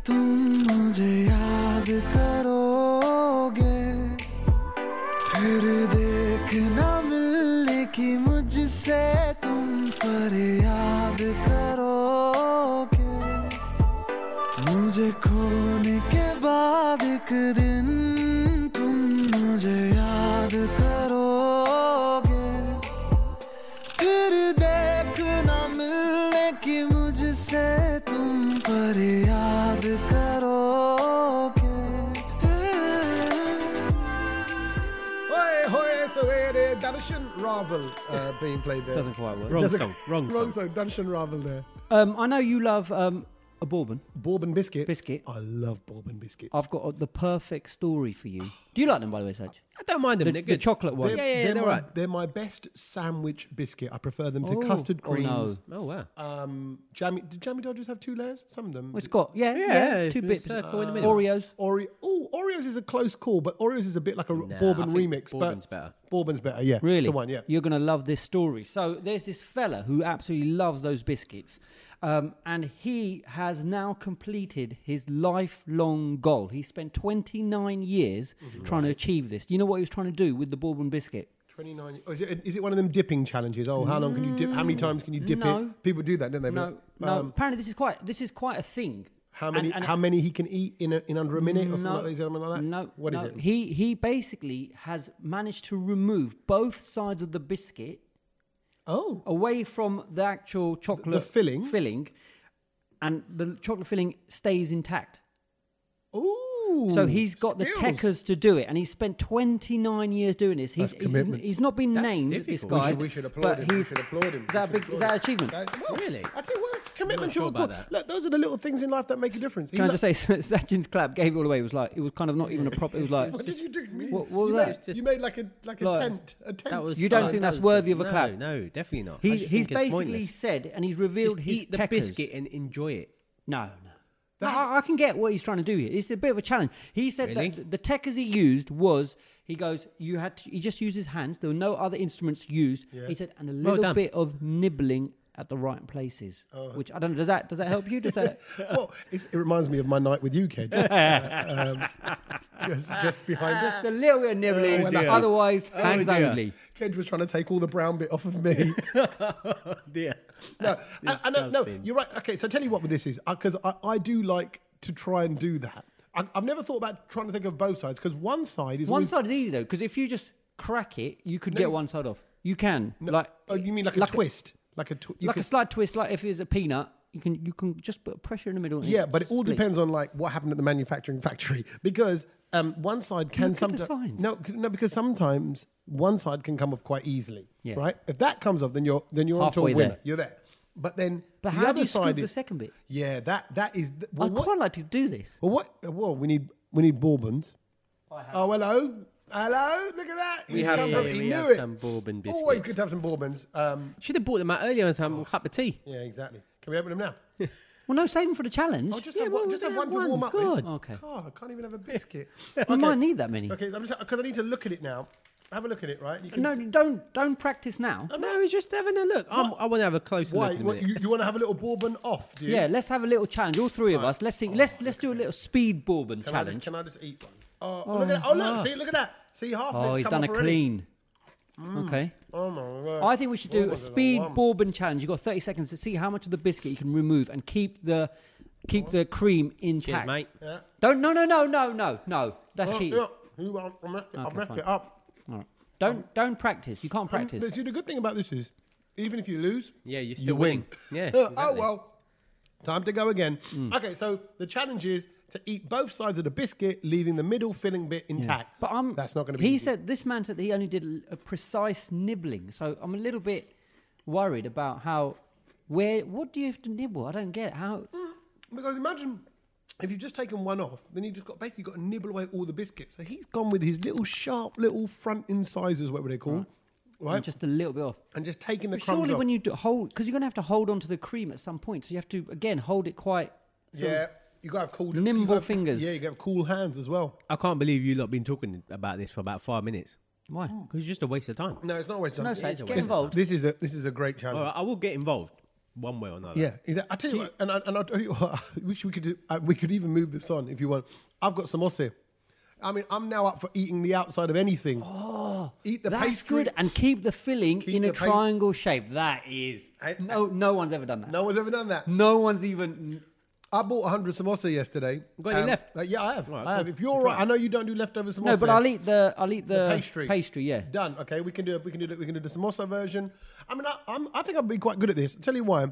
E: तुम मुझे याद करोगे फिर देखना मिलने की मुझसे तुम फरियाद करोगे मुझे खोने के बाद एक दिन तुम मुझे याद करोगे फिर देखना मिलने की मुझसे तुम पर याद करोगे
A: Hoy, hoy, sawere, Darshan Ravel uh, being played there.
C: Doesn't quite work.
D: Wrong
A: Doesn't-
D: song. Wrong song.
A: Wrong song. Darshan Ravel there.
C: Um, I know you love um, a bourbon.
A: Bourbon biscuit.
C: Biscuit.
A: I love bourbon biscuits.
C: I've got uh, the perfect story for you. Do you like them, by the way, Saj?
D: I don't mind them.
C: The,
D: they're
C: the
D: good.
C: chocolate one.
D: Yeah, yeah, yeah, they're
A: my,
D: right.
A: They're my best sandwich biscuit. I prefer them to
C: Oh,
A: custard
C: oh,
A: creams.
C: no.
D: Oh wow.
A: Um, jammy, did jammy Dodgers have two layers? Some of them.
C: It's got yeah,
D: Yeah,
C: yeah,
D: it's
C: two
D: a
C: bits.
D: circle in the middle.
C: Oreos.
A: Oreo. Oh, Oreos is a close call, but Oreos is a bit like a
D: Nah,
A: bourbon
D: I think
A: remix.
D: bourbon's
A: but
D: better.
A: Bourbon's better. Yeah,
C: Really?
A: It's the one. Yeah.
C: You're going to love this story. So there's this fella who absolutely loves those biscuits. Um, and he has now completed his lifelong goal. He spent 29 years
A: Mm-hmm.
C: trying to achieve this. Do you know what he was trying to do with the bourbon biscuit?
A: Twenty nine. Oh, is, it, is it one of them dipping challenges? Oh, how long can you dip? How many times can you dip
C: no.
A: it? People do that, don't they? But,
C: No, no.
A: um,
C: Apparently, this is quite this is quite a thing.
A: How
C: And-
A: many?
C: and-
A: how many he can eat in a, in under a minute or something like that? Is it something like that?
C: No,
A: What is
C: no.
A: it?
C: He he basically has managed to remove both sides of the biscuit
A: oh,
C: away from the actual chocolate
A: filling?
C: filling, and the chocolate filling stays intact.
A: oh.
C: So he's got
A: skills.
C: the techers to do it, and he's spent 29 years doing this. He's,
A: That's
C: he's,
A: commitment.
C: he's not been
D: That's
C: named this
D: difficult.
A: We
C: guy.
A: should, we should applaud
C: but
A: him. We
C: he's-
A: should applaud him.
C: Is that, a
A: We
C: big,
A: should
C: is
A: applaud
C: that
A: him.
C: an achievement?
A: That- well,
D: Really?
A: I tell you what, it's commitment
D: sure
A: to a
D: about
A: cause.
D: that.
A: Look, those are the little things in life that make a difference. He
C: Can I
A: lo-
C: just say, Sachin's clap gave it all away. It was like it was kind of not even a proper. It was like
A: What did you do? You-
C: What- what
A: you,
C: was
A: made,
C: that?
A: you made like a like a
C: Like-
A: tent. A tent.
D: That was.
C: You don't
D: so-
C: think
D: that
C: that's
D: was
C: worthy of a
D: no,
C: clap?
D: No, definitely not. I
C: he,
D: just
C: he's
D: think it's
C: basically
D: pointless.
C: said, and he's revealed
D: Just
C: his
D: eat the
C: techers.
D: biscuit and enjoy it.
C: No, no.
A: That's-
C: no I, I can get what he's trying to do here. It's a bit of a challenge. He said
D: Really?
C: that th- the techers he used was he goes, you had to, he just used his hands. There were no other instruments used. He said, and a little
D: done.
C: bit of nibbling at the right places,
A: Oh.
C: which I don't know. Does that does that help you? Does that?
A: well, it's, it reminds me of my night with you, Ked. Uh, um, just, just behind us.
C: just a little bit of nibbling.
A: Oh, dear.
C: otherwise, hands
D: dear.
C: only.
A: Ked was trying to take all the brown bit off of me.
D: Yeah.
A: no, and, and, uh, no, you're right. Okay, so tell you what this is because I, I do like to try and do that. I, I've never thought about trying to think of both sides because one side is
C: One
A: always,
C: side's easy though, because if you just crack it, you could get one side off. You can like
A: Oh, you mean like a twist, like a twi- you
C: like
A: could-
C: a slight twist. Like if it's a peanut, you can you can just put pressure in the middle. and
A: yeah, but it all
C: split.
A: depends on like what happened at the manufacturing factory because um, one side can
C: Look at the
A: sometimes
C: signs.
A: no c- no because sometimes one side can come off quite easily.
C: Yeah.
A: Right. If that comes off, then you're then you're onto a
C: Halfway
A: winner.
C: there.
A: You're there. But then
C: But
A: the
C: how
A: other
C: do you scoop
A: side
C: the
A: is
C: second bit?
A: yeah that that is th- well,
C: I
A: what-
C: quite like to do this.
A: Well, what? uh, Well, we need we need Bourbons. Oh, hello, hello! Look at that. He's
D: have
A: come
D: some-
A: from-
D: yeah,
A: he
D: we
A: knew
D: have
A: it.
D: some Bourbon
A: Always
D: biscuits.
A: good to have some Bourbons. Um,
D: Should have bought them out earlier and some cup of tea.
A: yeah, exactly. Can we open them now?
C: Well, no, save them for the challenge.
A: Oh, just
D: Yeah,
A: have
D: well,
A: one. Just
D: we
A: have
D: can
A: one
D: have
A: to
D: one.
A: warm up.
D: Good.
A: With.
C: Oh, Okay.
A: God, I can't even have a biscuit.
C: We
A: okay.
C: might need that many.
A: Okay, I'm just because I need to look at it now. Have a look at it, right? You can
C: No,
A: s-
C: don't don't practice now.
D: No, it's just having a look. I'm, I want to have a closer
A: why?
D: look. in a
A: What,
D: minute.
A: you, you want to have a little bourbon off? Do you? Oh,
C: Yeah, let's have a little challenge. All three of us. Let's see. let's let's do a little speed bourbon
A: Can I, just,
C: challenge.
A: can I just eat one? Oh, look at that. Oh, look. See, look at that. See, half of
C: oh,
A: it's
C: he's
A: come
C: done a
A: off already.
C: clean. Okay.
A: Oh my god.
C: I think we should
A: What
C: do a
A: was it,
C: speed
A: one?
C: bourbon challenge. You've got 30 seconds to see how much of the biscuit you can remove and keep the keep the cream
D: Cheers,
C: intact.
D: mate.
A: Yeah.
C: Don't no no no no no no. That's
A: Oh,
C: cheating.
A: yeah. You want- I messed it- I
C: Okay,
A: messed
C: fine.
A: it up.
C: All right. Don't don't practice. You can't
A: Um,
C: practice.
A: but see, the good thing about this is, even if you lose,
D: Yeah, you're
A: you
D: still
A: win.
D: winning. Yeah,
A: oh
D: exactly.
A: well, time to go again. Okay, so the challenge is to eat both sides of the biscuit, leaving the middle filling bit intact.
C: But I'm.
A: That's not going to be.
C: He
A: easy.
C: said this man said that he only did a precise nibbling. So I'm a little bit worried about how where what do you have to nibble? I don't get it. How
A: Hmm. because imagine. If you've just taken one off, then you just got basically got to nibble away all the biscuits. So he's gone with his little sharp little front incisors, whatever they're called, right?
C: I'm just a little bit off.
A: and just taking the
C: But
A: crumbs
C: surely
A: off.
C: when you do hold because you're going to have to hold onto the cream at some point. So you have to again hold it quite. sort of-
A: yeah, you got to have cool you
C: nimble
A: gotta have-
C: fingers.
A: Yeah, you got to have cool hands as well.
D: I can't believe you lot been talking about this for about five minutes.
C: Why?
D: Because it's just a waste of time.
A: No, it's not always
C: No, Sage, get involved.
A: This is a this is a great challenge.
D: All right, I will get involved one way or another.
A: Yeah, exa- I tell you, what, and I, and I'll tell you, what, I wish we could do, uh, we could even move this on if you want. I've got samosa. I mean, I'm now up for eating the outside of anything. Oh, eat the
C: That's
A: pastry.
C: good. And keep the filling
A: Keep
C: in a
A: the pa-
C: triangle shape. That is.
A: I-
C: no, no one's ever done that.
A: No one's ever done that.
C: No one's even.
A: I bought 100 samosa yesterday.
D: Got any left?
A: uh, yeah, I have.
D: All right,
A: I have.
D: cool.
A: If you're all right, I know you don't do leftover samosa.
C: No, but I'll eat the. I'll eat the,
A: the pastry.
C: Pastry, yeah.
A: Done. Okay, we can do it. We can do it. We can do the samosa version. I mean, I, I'm, I think I'd be quite good at this. I'll tell you why.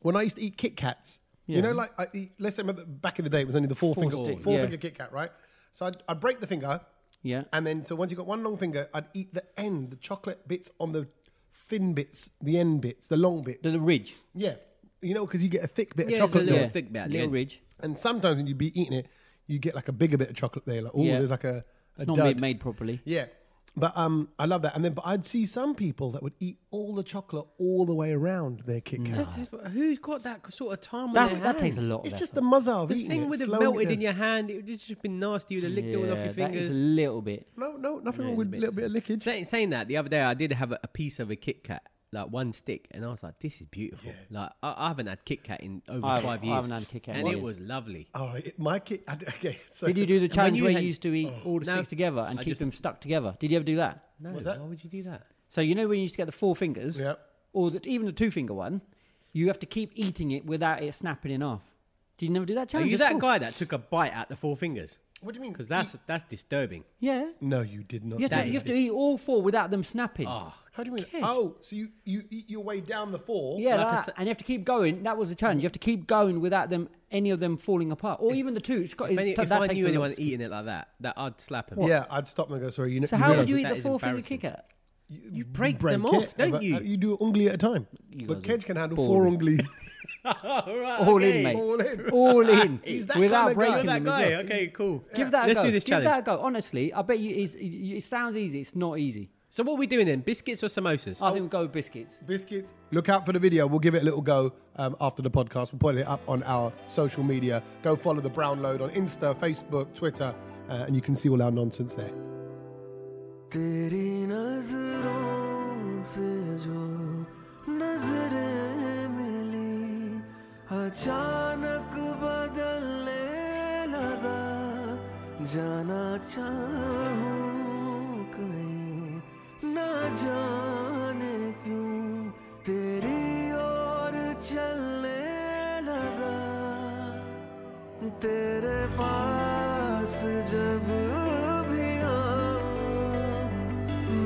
A: When I used to eat Kit Kats, you
C: Yeah.
A: know, like I eat, let's say back in the day, it was only the four,
C: Four
A: finger,
C: stick,
A: four
C: yeah.
A: finger Kit Kat, right? So I'd, I'd break the finger,
C: Yeah.
A: and then so once you got one long finger, I'd eat the end, the chocolate bits on the thin bits, the end bits, the long bit.
C: The, the ridge.
A: yeah, you know, because you get a thick bit
D: Yeah,
A: of
D: it's a
A: chocolate
D: little
A: there,
D: thick bit at the
C: Little
D: end.
C: ridge.
A: and sometimes when you'd be eating it, you get like a bigger bit of chocolate there. Like oh,
C: Yeah.
A: there's like a, a
C: It's not made,
A: dud.
C: made properly.
A: Yeah. But um, I love that. And then, but I'd see some people that would eat all the chocolate all the way around their Kit Kat.
D: This is- who's got that sort of time? on
C: That's,
D: their
C: that takes a
D: hands?
C: lot.
A: It's
C: of
A: just
C: effort.
A: the muzza of
D: The
A: eating
D: thing
A: it,
D: would have
A: slowing it
D: melted in
A: down.
D: your hand. It would have just been nasty. You'd have licked it all off your
C: Yeah, That is a
D: fingers.
C: little bit.
A: No, no, nothing wrong with a little bit of lickage.
D: Saying, saying that, the other day I did have a, a piece of a Kit Kat, like one stick, and I was like, "This is beautiful." Like I, I haven't had Kit Kat in over
C: I haven't-
D: five
C: I
D: years.
C: haven't had Kit Kat in
D: and it
C: years.
D: was lovely.
A: Oh, it, my Kit. I d- Okay. So,
C: Did you do the
D: when
C: challenge
D: you
C: where you
D: had-
C: used to eat all the
D: No,
C: sticks together and
D: I
C: keep
D: just-
C: them stuck together? Did you ever do that?
D: No,
A: that?
D: why would you do that?
C: So you know when you used to get the four fingers,
A: Yeah.
C: or the, even the two finger one, you have to keep eating it without it snapping in off. Did you never do that
D: Are
C: challenge?
D: you
C: at
D: that
C: school?
D: guy that took a bite out the four fingers?
A: What do you mean?
D: Because that's that's disturbing.
C: Yeah.
A: No, you did not.
C: You have,
A: do
C: to,
A: that.
C: you have to eat all four without them snapping.
A: How do you mean?
D: Ah,
A: Oh, so you, you eat your way down the four?
C: yeah,
D: like
C: like
D: I
C: that.
D: said-
C: and you have to keep going. That was the challenge. You have to keep going without them, any of them falling apart, or even the two. It's
D: If,
C: got, it's-
D: any,
C: that
D: if I
C: takes
D: knew
C: a
D: anyone
C: lot.
D: eating it like that, that I'd slap him.
A: Yeah, I'd stop and go, sorry, you know.
C: So how
A: realise
C: would you
D: that
C: eat
D: that
C: the
D: is
C: four finger
D: embarrassing.
C: kick out?
D: You break,
A: break
D: them
A: it,
D: off, don't
A: but,
D: you?
A: uh, You do an onglie at a time. but
C: guys are
A: Kedge can handle
C: boring.
A: four onglies
D: All right,
C: All
D: okay.
C: in, mate.
A: all in.
C: All in.
A: He's that
C: without
A: kinda guy.
C: breaking
D: You're that
C: them as
D: guy.
C: well.
D: Okay, cool.
C: Give that a
D: Let's
C: go.
D: do this
C: Give
D: challenge.
C: that a go. Honestly, I bet you it's, it sounds easy. It's not easy.
D: So what are we doing then? Biscuits or samosas?
C: I
A: Oh.
C: think we'll go with biscuits.
A: biscuits. Look out for the video. We'll give it a little go um, after the podcast. We'll put it up on our social media. Go follow the Brown Load on Insta, Facebook, Twitter, uh, and you can see all our nonsense there.
E: तेरी नजरों से जो नजरें मिली अचानक बदलने लगा जाना चाहूं कहीं ना जाने क्यों तेरी ओर तेरे पास जब भी आऊं,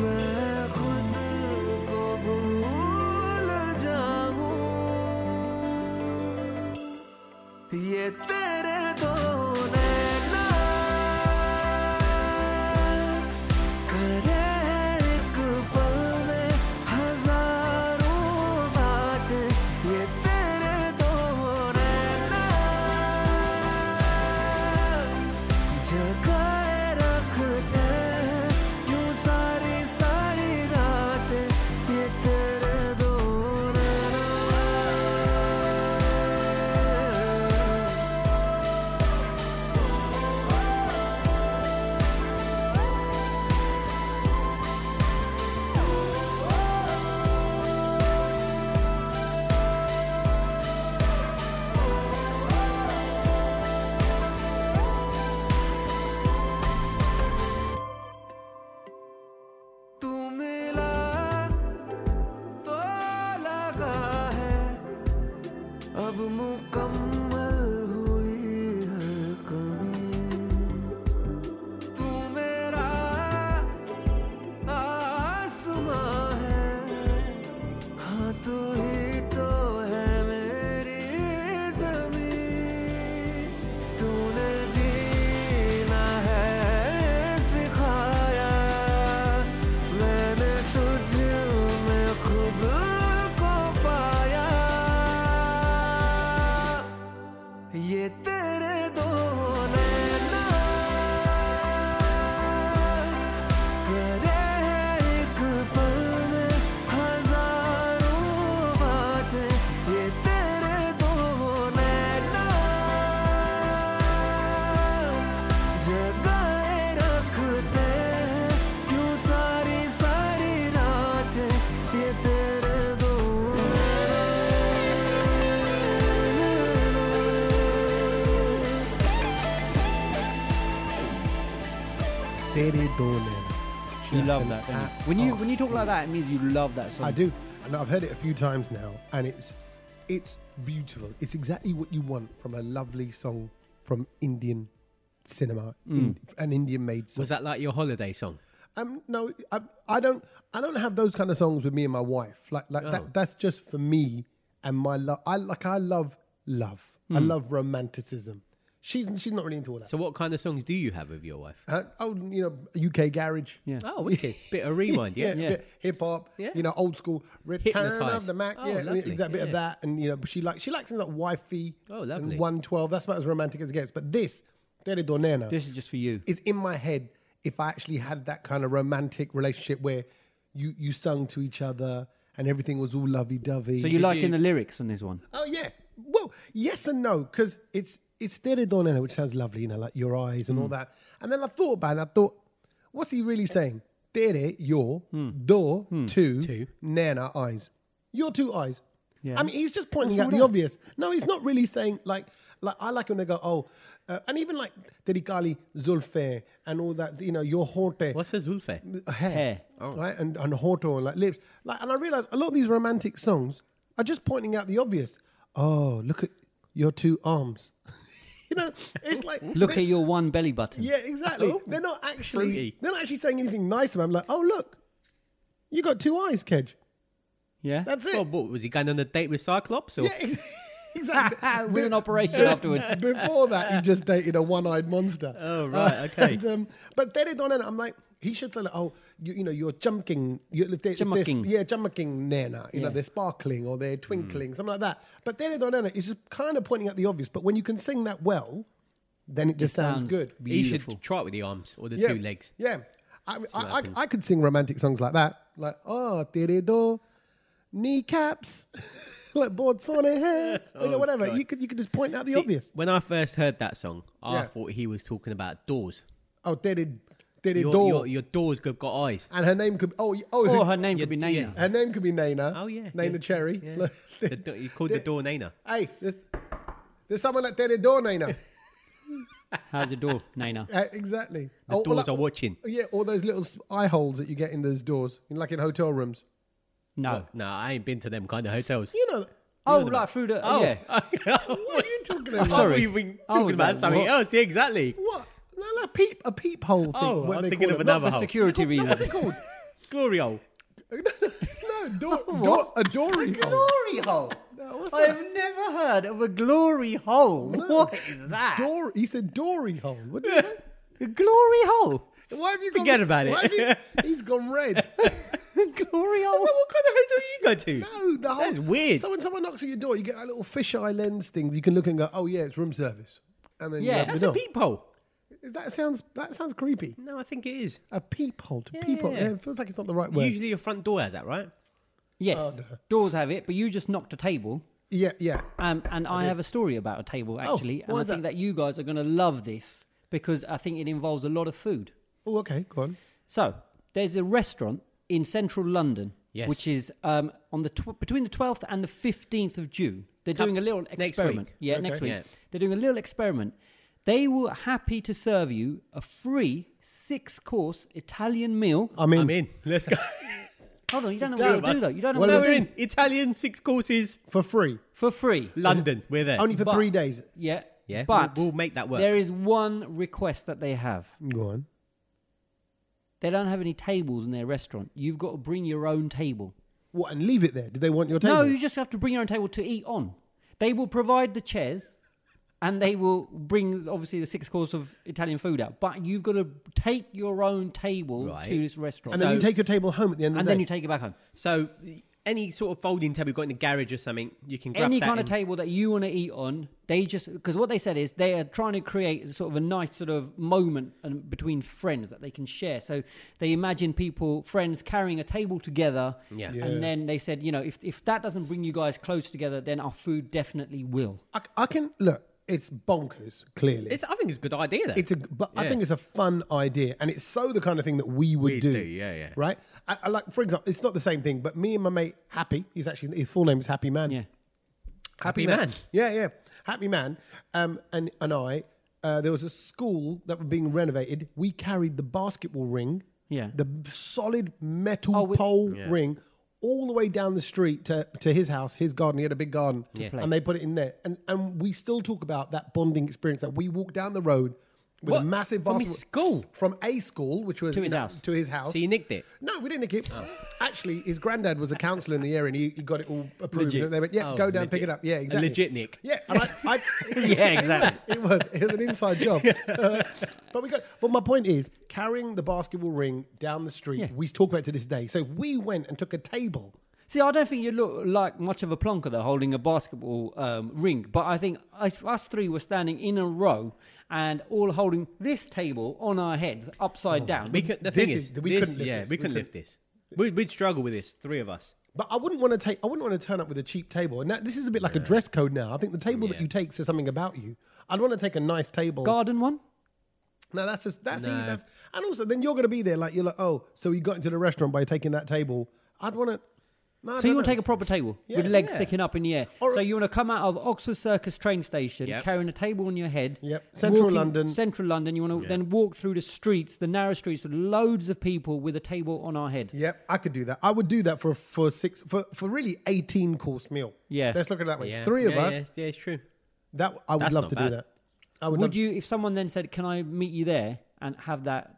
E: मैं खुद को भूल जाऊं ये तेरे दो नैना करे एक पल में हजारों बातें ये तेरे दो नैना जगाए रखते हैं यूं सारी सारी रातें ये तेरे दो नैना तू मिला तो लगा है अब मुकम्मल हुई है कमी तू मेरा आसमां है हाँ तू ही तो है मेरी जमीन तूने जीना है सिखाया मैंने तुझ में खुद को पाया ये तेरे दो नैना करे हैं एक पल में हजारों बातें ये तेरे दो नैना जगाए रखते हैं क्यों सारी सारी रातें ये तेरे दो
A: Tere Dole.
C: You
A: Just
C: love
A: an
C: that. Don't you? When you when you talk like that, it means you love that song.
A: Ah. Oh. I do, and I've heard it a few times now, and it's it's beautiful. It's exactly what you want from a lovely song from Indian cinema, in, an Indian-made song.
D: Was that like your holiday song?
A: Um, no, I, I don't. I don't have those kind of songs with me and my wife. Like, like that. That's just for me and my love. I like. I love love. I love romanticism. She's she's not really into all that.
D: Hmm. So what kind of songs do you have with your wife?
A: Uh, oh, you know, UK garage.
C: Yeah.
D: Oh, wicked. Bit of rewind, yeah.
C: Yeah.
A: hip hop,
D: Yeah.
A: you know, old school. Return of
D: Hypnotise.
A: the Mac,
D: Oh,
A: yeah, and
D: lovely,
A: that bit of
D: yeah.
A: that, and you know, she likes she likes things like wifey.
D: Oh, lovely.
A: And One twelve. That's about as romantic as it gets. But this, Tere Dornena,
C: This is just for you.
A: is in my head. If I actually had that kind of romantic relationship where you you sung to each other and everything was all lovey dovey.
C: So you liking
D: you-
C: the lyrics on this one?
A: Oh yeah. Well, yes and no, because it's it's Tere Dornena, which sounds lovely, you know, like your eyes
C: Hmm.
A: and all that. And then I thought about it, I thought, what's he really saying? Tere, your,
C: Hmm.
A: door, two,
D: Two.
A: Nana, eyes. Your two eyes.
C: Yeah.
A: I mean, he's just pointing out
C: wrong
A: the
C: with that?
A: obvious. No, he's not really saying, like, like I like when they go, oh, uh, and even like Terikali Zulfe and all that, you know, your horte
D: What's a Zulfe?
A: hair,
C: Hair.
A: right, and and hoto and like lips, like, and I realized a lot of these romantic songs are just pointing out the obvious. Oh, look at your two arms. you know, it's like
C: Look
A: they-
C: at Oh. your one belly button.
A: yeah, exactly. They're not actually
D: Fruity.
A: they're not actually saying anything nice about. Them. Like, oh look, you got two eyes, Kedge.
C: Yeah.
A: That's it.
D: Well, what, was he going on a date with Cyclops? Or?
A: yeah, ex- exactly.
C: With an operation afterwards.
A: Before that, he just dated a one-eyed monster. Uh,
D: Oh, right, okay.
A: and, um, but Tere Donen, I'm like, he should say, like, oh, you, you know, you're jumping, you're, if they- if they're-
C: Jumping.
A: yeah, jumping nena, you know,
C: Yeah.
A: they're sparkling or
D: Hmm.
A: they're twinkling, something like that. But Tere Donen is just kind of pointing out the obvious. But when you can sing that well, then it just sounds, good.
D: He
C: Beautiful.
D: should try it with the arms or the
A: Yeah,
D: two legs.
A: Yeah, I, mean, I, I, I could sing romantic songs like that, like oh Tere Do, kneecaps. Like boards on her hair, you
D: Oh,
A: know, whatever. You could you could just point out the obvious.
D: When I first heard that song, I
A: Yeah.
D: thought he was talking about doors.
A: Oh, Tere, Tere
D: Your,
A: Door.
D: Your, your doors have got eyes.
A: And her name could oh y- oh
C: Or
A: her,
C: her name could be
D: Yeah,
C: Naina.
D: yeah.
A: her name could be Naina.
D: Oh, yeah,
A: Naina
D: yeah,
A: Cherry.
D: Yeah.
A: Look,
D: the, do- he called the door Nana.
A: hey, there's, there's someone at Tere Door Naina.
C: How's the door, Naina?
A: Uh, exactly.
D: The
A: Oh, or
D: doors
A: like-
D: are watching.
A: Yeah, all those little s- eye holes that you get in those doors, in, like in hotel rooms.
C: No.
D: No, I ain't been to them kind of hotels.
A: You know,
C: Oh, like through the
D: Oh,
C: yeah.
A: What are you talking
D: I
A: about?
D: thought we
C: sorry.
D: were talking
C: I was
D: about
C: like,
D: something
C: what?
D: else. Yeah, exactly.
A: What? No, no, peep, a peephole thing.
D: Oh,
A: what
D: I'm
A: they
D: thinking
A: call
D: of
A: it.
C: Not
D: Another
C: for
D: hole.
C: security
A: No, what's it
C: reasons.
A: called?
D: Glory hole.
A: no, door, door, a dory hole.
C: Glory hole.
A: No, what's
C: I
A: that?
C: have never heard of a glory hole. What is that?
A: Dory, he said dory hole. What did he say?
C: a glory hole.
A: Why have you gone-
D: Forget about it.
A: why have you- he's gone red.
C: glory hole.
D: What kind of hotel you go to?
A: No, the whole,
D: That is weird.
A: So when someone knocks at your door, you get that little fisheye lens thing. You can look and go, "Oh yeah, it's room service." And then
C: Yeah,
A: yeah,
D: That's a peephole.
A: That sounds that sounds creepy.
D: No, I think it is.
A: A peephole, to peephole.
D: yeah.
A: Yeah, it feels like it's not the right word.
D: Usually your front door has that, right?
C: Yes,
A: Oh,
C: doors have it, but you just knocked a table.
A: yeah, yeah.
C: Um, and I, have a story about a table
D: Oh,
C: actually, and I
A: what's
C: think that you guys are going to love this because I think it involves a lot of food.
A: Oh, okay, go on.
C: So there's a restaurant in central London,
D: Yes.
C: which is um, on the tw- between the 12th and the 15th of June. They're doing a little
D: week.
C: experiment. Yeah, next week
D: Yeah.
C: they're doing a little experiment. They were happy to serve you a free six-course Italian meal.
A: I'm in.
D: I'm in. Let's go.
C: Hold on, you don't know
D: two
C: what
D: of
C: to do
D: us.
C: though. You don't know
A: Well,
C: what
D: no,
C: to
D: we're
C: do
D: in. Italian, six courses,
A: for free,
C: for free.
D: London. We're there.
A: only for
C: But-
A: three days.
C: Yeah.
D: Yeah,
C: But
D: we'll- we'll make that work.
C: There is one request that they have.
A: Go on.
C: They don't have any tables in their restaurant. You've got to bring your own table.
A: What and leave it there? Do they want your table?
C: No, you just have to bring your own table to eat on. They will provide the chairs and they will bring obviously the six course of Italian food out. But you've got to take your own table
D: Right.
C: to this restaurant.
A: and then you
D: So-
A: take your table home at the end of
C: and
A: the
C: then
A: day.
C: you take it back home.
D: So any sort of folding table you've got in the garage or something, you can grab
C: Any
D: that
C: kind of
D: and-
C: table that you want to eat on, they just because what they said is they are trying to create sort of a nice sort of moment and between friends that they can share. So they imagine people, friends, carrying a table together,
D: Yeah.
A: Yeah.
C: and then they said, you know, if if that doesn't bring you guys close together, then our food definitely will.
A: I, I can look. It's bonkers. Clearly,
D: It's, I think it's a good idea. Though.
A: It's a, but I
D: Yeah.
A: think it's a fun idea, and it's so the kind of thing that we would
D: We'd
A: do.
D: do, yeah, yeah.
A: Right? I, I like, for example, it's not the same thing, but me and my mate Happy. He's actually his full name is Happy Man.
C: Yeah.
A: Happy,
D: Happy
A: man.
D: Man.
A: Yeah, yeah, Happy Man. Um, and and I, uh, there was a school that was being renovated. We carried the basketball ring,
C: Yeah.
A: the solid metal
C: we-
A: pole ring. All the way down the street to, to his house, his garden. He had a big garden,
C: play.
A: and they put it in there. And and we still talk about that bonding experience that we walked down the road with a
D: What?
A: massive
D: From
A: basketball
D: his school?
A: from a school, which was
C: To his
A: you know,
C: house.
A: To his house.
D: so you nicked it.
A: No, we didn't nick it. Actually, his granddad was a councillor in the area, and he, he got it all approved.
D: Legit.
A: And they went, "Yeah,
D: Oh,
A: go down,
D: legit.
A: pick it up." Yeah,
D: A
A: exactly.
D: legit nick.
A: Yeah, and I, I,
C: Yeah, exactly.
A: It was, it was. It was an inside job. Uh, but we got. But my point is, carrying the basketball ring down the street,
C: Yeah.
A: we talk about it to this day. So we went and took a table.
C: See, I don't think you look like much of a plonker though, holding a basketball um, ring. But I think if us three were standing in a row and all holding this table on our heads upside down.
D: Oh. We could, the
A: This
D: thing
A: is-
D: is,
A: we
D: this-
A: couldn't lift
D: yeah,
A: this.
D: we
A: We
D: couldn't
A: couldn't-
D: lift this. We'd, we'd struggle with this, three of us.
A: But I wouldn't want to take. I wouldn't want to turn up with a cheap table. And that, this is a bit like a dress code now. I think the table that
D: Yeah.
A: you take says something about you. I'd want to take a nice table.
C: garden one?
A: No, that's just that's,
D: No.
A: that's and also then you're going to be there like you're like oh so you got into the restaurant by taking that table. I'd want to. No, I
C: So you
A: don't
C: want to
A: know.
C: take a proper table
A: Yeah,
C: with legs
A: yeah.
C: sticking up in the air.
A: Or-
C: so you want to come out of Oxford Circus train station
D: Yep.
C: carrying a table on your head.
A: Yep. Central
C: walking-
A: London.
C: Central London. You want to then walk through the streets, the narrow streets with loads of people with a table on our head.
A: Yep, I could do that. I would do that for for six for for really eighteen course meal.
C: Yeah.
A: let's look at it that way.
D: Yeah.
A: Three of
D: Yeah,
A: us.
D: Yeah, yeah, it's true.
A: That I would
D: That's
A: love
D: not
A: to do
D: bad.
A: that. I would.
C: Would
A: love,
C: you, if someone then said, "Can I meet you there and have that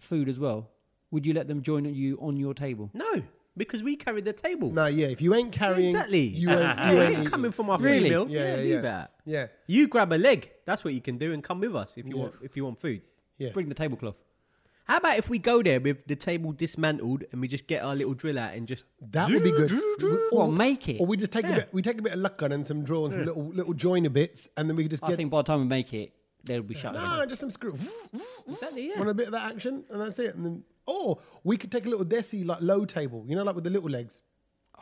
C: food as well?" Would you let them join you on your table?
D: No, because we carried the table.
A: No, yeah. If you ain't carrying,
D: exactly.
A: you ain't,
D: Yeah,
A: you
D: we
A: ain't
D: ain't
A: eating.
D: coming for my free
C: Really?
D: meal.
A: Yeah,
D: Yeah,
A: yeah,
D: do
A: yeah.
D: that.
A: Yeah.
D: You grab a leg. That's what you can do, and come with us if you want. If you want food.
A: Yeah.
C: Bring the tablecloth.
D: How about if we go there with the table dismantled and we just get our little drill out and just
A: That would be good.
C: Well, make it.
A: Or we just take a bit. We take a bit of luck gun and some draw and some little little joiner bits, and then we could just
C: I
A: get.
C: think by the time we make it, they'll be shut.
A: no, just some screw.
D: exactly yeah.
A: want a bit of that action, and that's it. And then, or we could take a little desi like low table, you know, like with the little legs,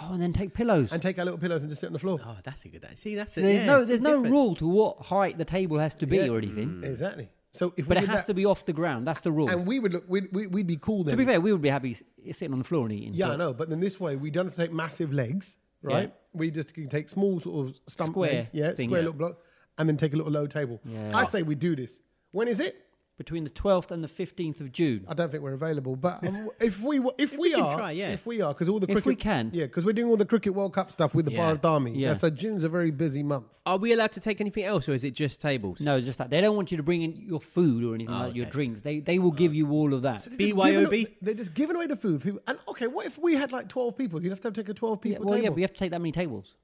C: Oh, and then take pillows.
A: and take our little pillows and just sit on the floor.
D: Oh, that's a good idea. See, that's a,
C: there's
D: yeah,
C: no,
D: it's
C: there's no
D: different.
C: rule to what height the table has to be
A: Yeah. Mm.
C: or anything.
A: Exactly. So if we
C: But it
A: did
C: has
A: that,
C: to be off the ground. That's the rule.
A: and we would look, we'd, we- we'd be cool then.
C: to be fair, we would be happy s- sitting on the floor and eating.
A: yeah,
C: but
A: I know. But then this way, we don't have to take massive legs, right? We just can take small sort of stump
C: Square
A: legs, yeah,
C: things.
A: square little block, and then take a little low table.
C: Yeah.
A: I say we do this. When is it?
C: between the 12th and the 15th of June.
A: I don't think we're available, but um, if we w- if, we,
D: we can
A: are,
D: try, yeah.
A: if we are, because all the
C: If we
A: cricket,
C: can.
A: yeah, because we're doing all the cricket World Cup stuff with the
C: Yeah.
A: Bharat Army. Yeah.
C: Yeah.
A: so June's a very busy month.
D: Are we allowed to take anything else, or is it just tables?
C: No, just that. They don't want you to bring in your food or anything like your
D: okay.
C: drinks. They they will
A: Oh.
C: give you all of that.
A: They're just
D: BYOB?
A: giving- they're just giving away the food. People, and okay, what if we had like twelve people? You'd have to take a twelve
C: Yeah,
A: people
C: well, yeah,
A: table.
C: but you have to take that many tables.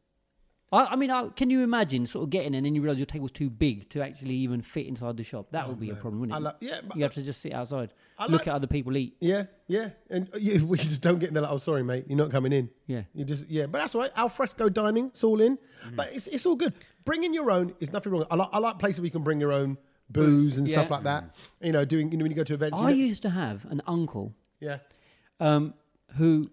C: I, I mean, I, can you imagine sort of getting and then you realise your table's too big to actually even fit inside the shop? That would be a problem, wouldn't
A: Oh, I
C: it?
A: like- yeah, but-
C: you have to just sit outside,
A: I
C: look
A: like-
C: at other people eat.
A: Yeah, yeah, and you, we just don't get in there like, oh, sorry, mate, you're not coming in.
C: Yeah. Mm.
A: you just yeah, but that's all right. Al fresco dining, it's all in, but it's, it's all good. Bringing your own is nothing wrong. I like, I like places where you can bring your own booze and stuff
C: Yeah. Mm.
A: like that. You know, doing you know when you go to events. you
C: I
A: know-
C: used to have an uncle
A: yeah,
C: um, who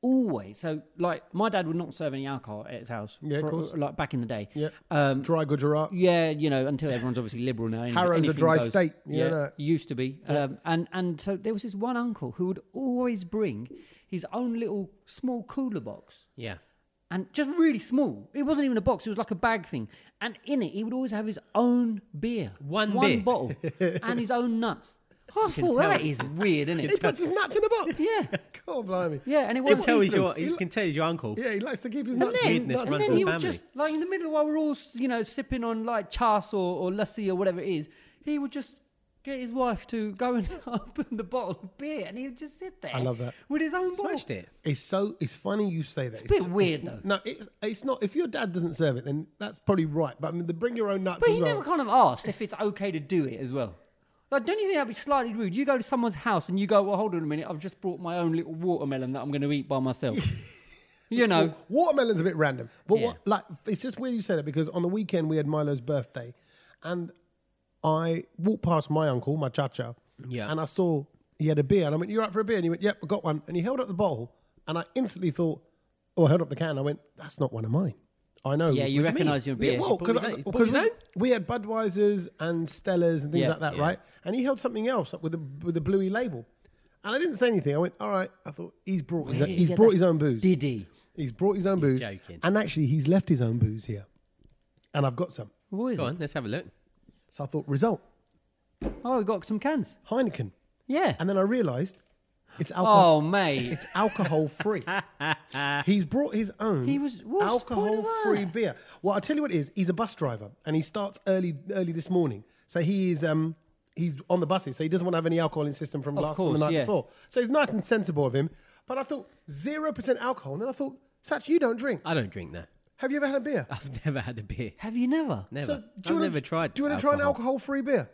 C: always so like my dad would not serve any alcohol at his house.
A: Yeah, of
C: for-
A: course.
C: Like back in the day.
A: yeah.
C: Um,
A: Dry Gujarat.
C: Yeah, you know, until everyone's obviously liberal now. any-
A: Harrow's a
C: anything
A: dry
C: goes.
A: state, you know that.
C: used to be. Um, and and so there was this one uncle who would always bring his own little small cooler box,
D: Yeah.
C: and just really small. It wasn't even a box; it was like a bag thing. And in it, he would always have his own beer,
D: One beer.
C: bottle, and his own nuts. I thought that is weird, isn't
A: He
C: it?
A: puts his nuts in a box.
C: yeah,
A: God blimey.
C: yeah, and it
D: You
C: was
D: can tell he's your, you can tell he's your uncle.
A: Yeah, he likes to keep his
C: And
A: nuts.
C: then,
D: weirdness
A: nuts
C: and
D: runs
C: then
D: in the
C: he would
D: family.
C: just like in the middle while we're all you know sipping on like chas or, or lassi or whatever it is, he would just get his wife to go and open the bottle of beer, and he would just sit there.
A: I love that.
C: with his own bottle.
D: Smashed it.
A: It's so it's funny you say that.
C: It's a bit weird though.
A: No, it's it's not. If your dad doesn't serve it, then that's probably right. But I mean, the bring your own nuts
C: But
A: as
C: he
A: well.
C: never kind of asked if it's okay to do it as well. Like, don't you think that'd be slightly rude? You go to someone's house and you go, "Well, hold on a minute, I've just brought my own little watermelon that I'm going to eat by myself." you know,
A: Watermelon's a bit random, but
C: Yeah.
A: what, like it's just weird you say that because on the weekend we had Milo's birthday, and I walked past my uncle, my chacha,
D: Yeah.
A: and I saw he had a beer, and I went, "You're up for a beer?" And he went, "Yep, I got one." And he held up the bottle, and I instantly thought, "Oh, I held up the can." I went, "That's not one of mine." I know.
C: Yeah, you
A: What do
C: recognise
A: mean?
C: your beer.
A: Yeah, well,
C: He
A: because
D: bought his own- he bought his
A: we,
D: own?
A: we had Budweisers and Stellas and things
C: Yeah,
A: like that,
D: yeah.
A: right? And he held something else up with a with a bluey label. And I didn't say anything. I went, all right. I thought he's brought his,
C: Where
A: own-
C: did he
A: he's
C: get
A: brought
C: that?
A: his own booze.
C: did he?
A: He's brought his own booze.
D: joking.
A: And actually, he's left his own booze here. And I've got some.
C: What is
D: Go
C: it?
D: on, let's have a look.
A: So I thought, result,
C: Oh, we got some cans.
A: Heineken.
C: Yeah.
A: And then I realised it's alcohol.
C: Oh, mate.
A: It's alcohol free. he's brought his own
C: He was- what's the point of
A: alcohol
C: that?
A: free beer. Well, I'll tell you what it is. He's a bus driver and he starts early early this morning. So he is um he's on the buses, so he doesn't want to have any alcohol in his system from last from
C: course,
A: the night
C: yeah.
A: before. So it's nice and sensible of him. But I thought zero percent alcohol, and then I thought, Satch, you don't drink.
D: I don't drink that.
A: Have you ever had a beer?
D: I've never had a beer.
C: Have you never?
D: Never.
A: So, do
D: I've
A: you wanna,
D: never tried.
A: Do you want to try an alcohol-free beer?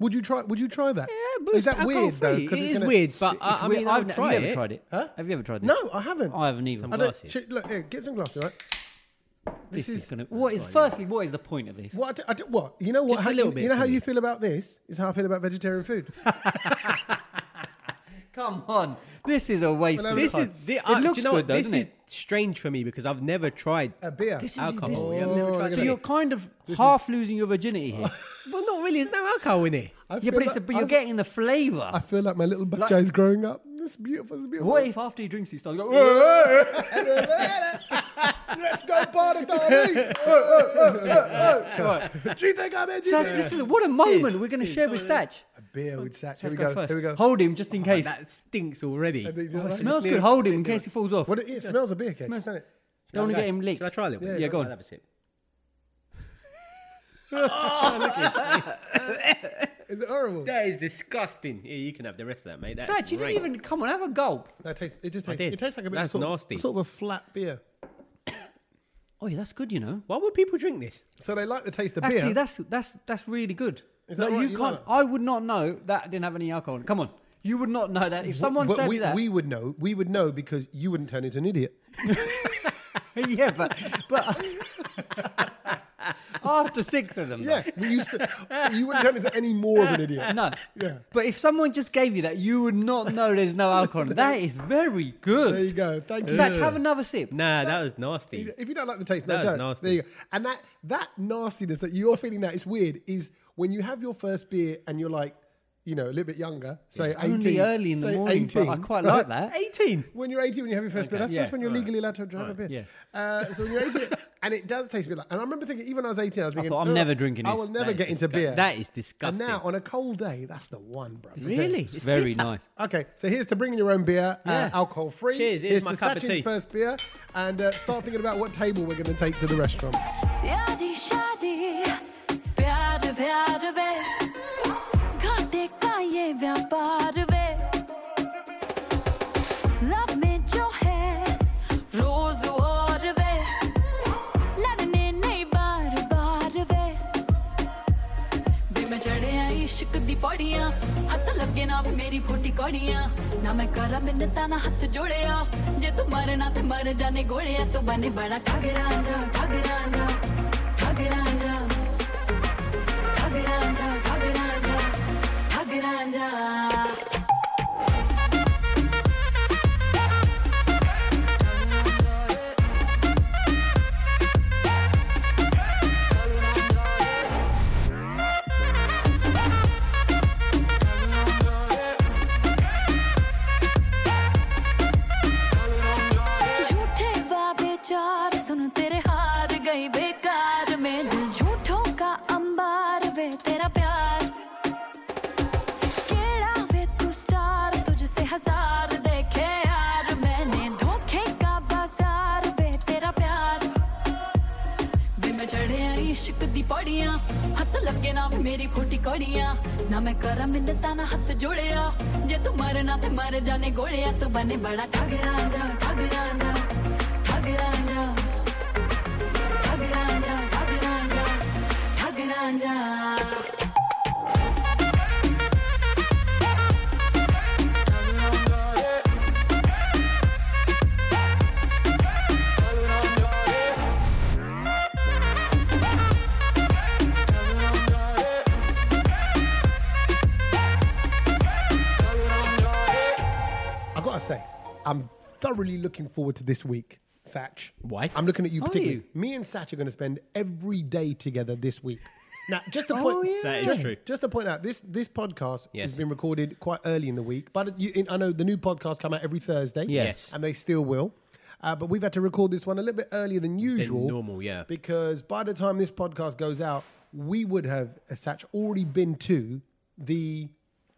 A: Would you try? Would you try that?
D: Yeah,
A: Is that weird though?
D: It
A: 'Cause it's
D: is
A: gonna-
D: weird, but I,
C: It's
D: I
C: weird.
D: mean,
C: I've
D: I've
C: n-
D: tried
C: have you
D: it.
C: ever tried it?
A: Huh?
C: Have you ever tried it?
A: No, I haven't.
C: I haven't either.
A: I don't-
D: Glasses.
A: shit, look here, get some glasses, right?
C: This, is, gonna. What is? Firstly, what is the point of this?
A: What? I do- I do- what? You know what?
D: Just a
A: how,
D: little
A: you,
D: bit
A: you know
D: for
A: how
D: me.
A: you feel about this is how I feel about vegetarian food.
C: Come on, this is a waste.
A: Well,
C: of
D: This is.
C: time.
D: The,
C: it
D: uh,
C: looks
D: do you know
C: good,
D: what?
C: though,
D: This
C: doesn't
D: is
C: it?
D: strange for me because I've never tried
A: a Uh, beer.
C: This is
D: alcohol.
C: This,
D: Oh, yeah, I've never tried
C: so
D: it.
C: you're kind of half losing your virginity here.
D: Well, not really. There's no alcohol in it.
A: I
C: yeah,
A: feel
C: but, it's,
A: like-
C: but you're
A: I-
C: getting the flavour.
A: I feel like my little bachai's growing up. It's beautiful. It's beautiful.
C: what if after he drinks, he starts going? "Whoa,
A: Let's go, Barney, darling.
C: whoa, whoa."
A: Do you think I'm in?
C: Sach, this is what a moment we're going to share with Satch.
A: a beer with Satch. Here
C: Let's
A: we
C: go
A: go.
C: first.
A: Here we go.
C: Hold him just in case.
D: Oh, That stinks already.
A: And they- you know, like-
C: Oh, Smells good. Hold him in case he falls off.
A: What it, it smells a beer cake.
C: Smells-
A: doesn't it?
C: Don't want to
D: Okay.
C: get him leaked.
D: Should I try a little bit?
C: Yeah, go on.
D: Have a sip.
A: Is it horrible?
D: That is disgusting. Yeah, you can have the rest of that, mate. That's
C: Satch, you didn't
D: great.
C: even come on. Have a gulp.
A: That tastes, it just
D: I
A: tastes,
D: did.
A: it tastes like a bit
D: That's
A: sort
D: nasty.
A: Of, sort of a flat beer.
C: Oh yeah, that's good. You know.
D: Why would people drink this?
A: So they like the taste of
C: Actually,
A: beer.
C: that's that's that's really good.
A: Is that right? You
C: You can't.
A: like that?
C: I would not know that didn't have any alcohol. in it. Come on, you would not know that if someone
A: but
C: said
A: we,
C: that.
A: we would know. We would know because you wouldn't turn into an idiot.
C: yeah, but but after six of them. though.
A: Yeah, we used to. you wouldn't turn into any more of an idiot.
C: No.
A: Yeah.
C: But if someone just gave you that, you would not know there's no alcohol. in it. that is very
A: There you
C: good.
A: go. Thank you.
C: Zach, have another sip.
D: Nah, that was nasty.
A: If you don't like the taste,
D: That
A: no,
D: was
A: don't.
D: nasty.
A: There you go. And that that nastiness that you're feeling now, it's weird. Is when you have your first beer and you're like, you know, a little bit younger, say
C: It's
A: 18.
C: only early in the
A: say
C: morning,
A: 18.
C: but I quite like that.
D: 18.
A: when you're 18, when you have your first beer, that's,
C: yeah,
A: that's when you're
C: right.
A: legally allowed to have a beer. Uh, so when you're 18, and it does taste a bit like. And I remember thinking, even when I was 18, I was thinking,
C: thought, I'm
A: "Ugh,
C: never drinking
A: I
C: this.
A: will never
C: That is
A: get into
C: disgusting.
A: beer.
D: That is
A: and
D: disgusting.
A: now on a cold day, that's the one, bro.
C: Really? It's, very nice.
A: Okay, so here's to bringing your own beer,
D: Yeah.
A: uh, alcohol free.
D: Cheers, here's
A: here's
D: my
A: to
D: cup of
A: Sachin's
D: tea.
A: first beer, and uh, start thinking about what table we're going to take to the restaurant.
F: यारी शादी प्यार प्यार वे घाटे का ये व्यापार वे love में जो है रोज और वे लड़ने नहीं बार बार वे ਵੇ ਮੈਂ ਚੜਿਆ ਇਸ਼ਕ ਦੀ ਪੌੜੀਆਂ ਹੱਥ ਲੱਗੇ ਨਾ ਵੇ ਮੇਰੀ ਫੋਟੀ ਕੌੜੀਆਂ ਨਾ ਮੈਂ ਕਰਾਂ ਮਿੰਨਤਾਂ ਨਾ ਹੱਥ ਜੋੜਿਆ ਜੇ ਤੂੰ ਮਰਨਾ ਤੇ ਮਰ ਜਾਣੇ ਗੋਲਿਆ ਤੂੰ ਬਣੇ ਬੜਾ ਠੱਗ ਰਾਂਝਾ ਠੱਗ ਰਾਂਝਾ ਠੱਗ ਰਾਂਝਾ ਠੱਗ ਰਾਂਝਾ ਠੱਗ ਰਾਂਝਾ ਠੱਗ ਰਾਂਝਾ झूठे वादे चार सुन तेरे हार गई बेकार में दिल झूठों का अंबार वे तेरा प्यार केड़ा वे तू स्टार तुझसे हजार देखे यार मैंने धोखे का बाजार वे तेरा प्यार ਵੇ ਮੈਂ ਚੜਿਆ ਇਸ਼ਕ ਦੀ ਪੌੜੀਆਂ ਹੱਥ ਲੱਗੇ ਨਾ ਵੇ ਮੇਰੀ ਫੋਟੀ ਕੌੜੀਆਂ ਨਾ ਮੈਂ ਕਰਾਂ ਮਿੰਨਤਾਂ ਨਾ ਹੱਥ ਜੋੜਿਆ ਜੇ ਤੂੰ ਮਰਨਾ ਤੇ ਮਰ ਜਾਣੇ ਗੋਲਿਆ ਤੂੰ ਬਣੇ ਬੜਾ ਠੱਗ ਰਾਂਝਾ ਠੱਗ ਰਾਂਝਾ ਠੱਗ ਰਾਂਝਾ ਠੱਗ ਰਾਂਝਾ ਠੱਗ ਰਾਂਝਾ ਠੱਗ Ranjha
A: I've got to say, I'm thoroughly looking forward to this week, Satch.
D: Why?
A: I'm looking at you
C: Are
A: particularly.
C: you?
A: Me and Satch are going to spend every day together this week. Now, just to point,
D: That is
A: just,
D: true.
A: Just to point out, this this podcast
D: Oh, Yes.
A: has been recorded quite early in the week, but you, in, I know the new podcast come out every Thursday.
D: Yes.
A: and they still will. Uh, but we've had to record this one a little bit earlier than usual.
D: normal, yeah.
A: Because by the time this podcast goes out, we would have, as Satch, already been to the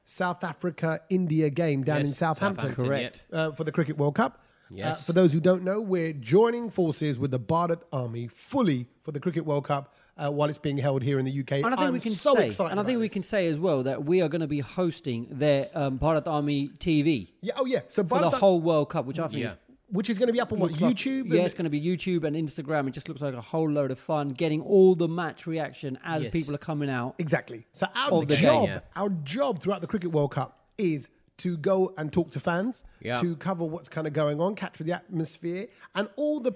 A: South Africa India game down in
D: Yes,
A: Southampton,
D: Southampton, Correct.
A: Uh, for the Cricket World Cup.
D: Yes.
A: Uh, for those who don't know, we're joining forces with the Bharat Army fully for the Cricket World Cup uh, while it's being held here in the UK.
C: And I think
A: am
C: we can
A: so
C: say,
A: excited.
C: and I think
A: about
C: we
A: this.
C: can say as well that we are going to be hosting their um, Bharat Army TV
A: Yeah. Oh yeah. So
C: for
A: Bharat,
C: the whole World Cup, which I think
D: Yeah.
C: is
A: which is going to be up on what
C: looks like-
A: YouTube?
C: yeah,
A: and-
C: it's going to be YouTube and Instagram. It just looks like a whole load of fun, getting all the match reaction as
D: Yes.
C: people are coming out.
A: Exactly. So our
C: Of the
A: job,
D: day, yeah.
A: our job throughout the Cricket World Cup is to go and talk to fans,
D: Yeah.
A: to cover what's kind of going on, capture the atmosphere, and all the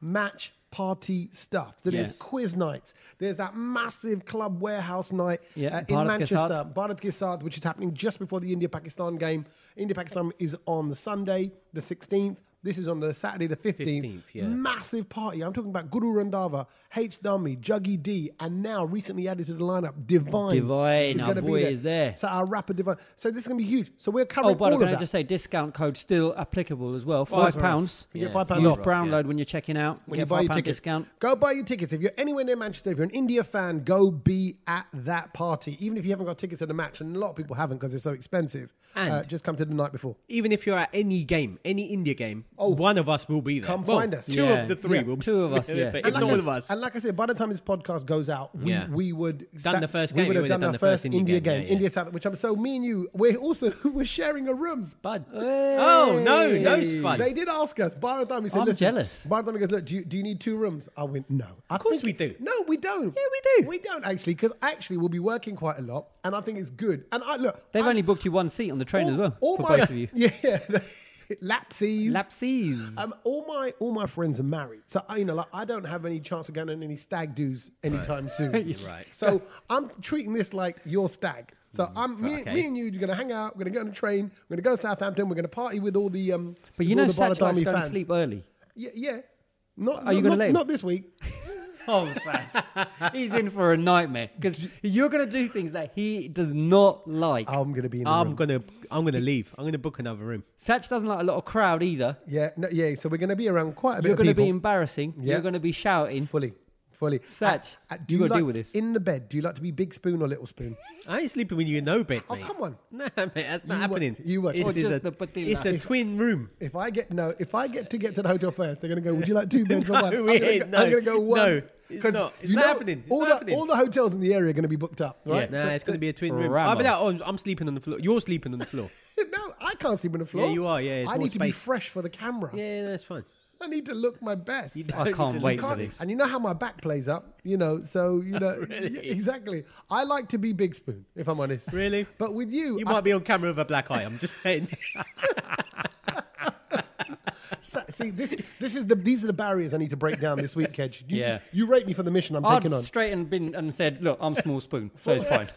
A: pre-match party stuff. So there's
C: Yes.
A: quiz nights. There's that massive club warehouse night
C: Yeah,
A: uh, in
C: Bharat
A: Manchester,
C: Kesad.
A: Bharat Kesad, which is happening just before the India-Pakistan game. India-Pakistan is on the Sunday, the 16th. This is on the Saturday, the 15th.
D: 15th, yeah.
A: Massive party. I'm talking about Guru Randava, H. Dummy, Juggy D, and now recently added to the lineup, Divine.
C: Divine, our
A: gonna
C: boy is there.
A: So our rapper Divine. So this is going to be huge. So we're
C: Oh,
A: covering
C: by the
A: all
C: way,
A: of
C: can I
A: that.
C: just say discount code still applicable as well? Five pounds.
A: You get five pounds
C: Use
A: off.
C: Brownload when you're checking out.
A: when
C: get
A: you buy your
C: £5
A: tickets.
C: discount.
A: Go buy your tickets. If you're anywhere near Manchester, if you're an India fan, go be at that party. Even if you haven't got tickets at the match, and a lot of people haven't because they're so expensive,
D: And-
A: uh, just come to the night before.
D: Even if you're at any game, any India game, oh, one of us will be there.
A: Come
D: Well,
A: find us.
D: Two
C: Yeah.
D: of the three
C: Yeah.
D: will be
C: Two of us, yeah.
D: If
A: And
D: not
A: like
D: all
A: I-
D: of us.
A: And like I said, by the time this podcast goes out, we,
D: Yeah.
A: we would
D: Done the first game,
A: We would have done, the first India, game,
D: yeah, yeah.
A: India South. Which I'm so me and you. We're also we're sharing a room.
D: Bud. Oh, no, no, Spud.
A: They did ask us. Bharat Army said,
C: I'm
A: "Listen."
C: jealous.
A: Bharat Army goes, "Look, do you, do you need two rooms?" I went, "No." Of
D: course we do.
A: No, we don't. Yeah,
D: we do.
A: We don't actually, because actually we'll be working quite a lot, and I think it's good. And I look,
C: They've
A: I-
C: only booked you one seat on the train
A: all,
C: as well
A: all
C: for
A: my-
C: both of you.
A: Yeah, lapses.
C: Lapses.
A: Um, all my all my friends are married, so I- you know, like I don't have any chance of going on any stag do's anytime soon.
D: Right.
A: So I'm treating this like your stag.
C: Mm,
A: So I'm me,
D: okay.
A: me and you are going to hang out. We're going to get on a train. We're going to go to Southampton. We're going to party with all the um.
C: but you
A: all the
C: know,
A: Bharat
C: Satch likes
A: Army
C: going to
A: fans.
C: sleep early.
A: Yeah, yeah. Not,
C: Are you
A: not,
C: gonna let
A: not,
C: him?
A: not this week.
C: Oh, Saj, he's in for a nightmare because you're going to do things that he does not like.
A: I'm gonna be in the
D: I'm
A: room.
D: gonna I'm gonna leave. I'm gonna book another room.
C: Satch doesn't like a lot of crowd either.
A: yeah, no, yeah. So we're gonna be around quite a bit
C: You're
A: of
C: going to
A: people.
C: be embarrassing.
A: Yeah.
C: You're going to be shouting.
A: fully, fully.
C: Satch,
A: Uh, uh,
C: you gotta
A: like,
C: deal with this.
A: in the bed? Do you like to be big spoon or little spoon?
D: I ain't sleeping when you're in no bed,
A: Oh
D: mate.
A: come on!
D: Nah, mate, that's not
A: You wa-
D: happening.
A: you watch. Or
D: This is
C: just
D: a,
C: the patilla.
D: it's a twin room.
A: If I get no, if I get to get to the hotel first, they're gonna go. Would you like two beds or one?
D: No,
A: I'm
D: we
A: gonna, go,
D: ain't, no.
A: I'm gonna go one.
D: No, it's
A: 'Cause
D: not. It's
A: you
D: not
A: know
D: happening. It's
A: all
D: not
A: the
D: happening.
A: all the hotels in the area are gonna be booked up, right?
D: Nah,
A: So-
D: it's gonna be a twin room.
C: Rambo.
D: Either that or I'm, I'm sleeping on the floor. You're sleeping on the floor.
A: no, I can't sleep on the floor.
D: you are, yeah, it's
A: I
D: more
A: need to be
D: space.
A: fresh for the camera.
D: yeah, yeah, that's fine.
A: I need to look my best.
D: You
C: I
D: don't
C: can't
D: need to
C: wait
D: look
C: for
D: up.
C: this.
A: And you know how my back plays up, you know. So you know yeah, exactly. I like to be big spoon, if I'm honest.
D: Really?
A: But with you,
D: You
A: I-
D: might be on camera with a black eye. I'm just saying.
A: sa- see this. This is the these are the barriers I need to break down this week, Kedge. You,
C: Yeah.
A: You rate me for the mission I'm
C: I'd
A: taking on.
C: straight and been and said, "Look, I'm small spoon, so it's fine."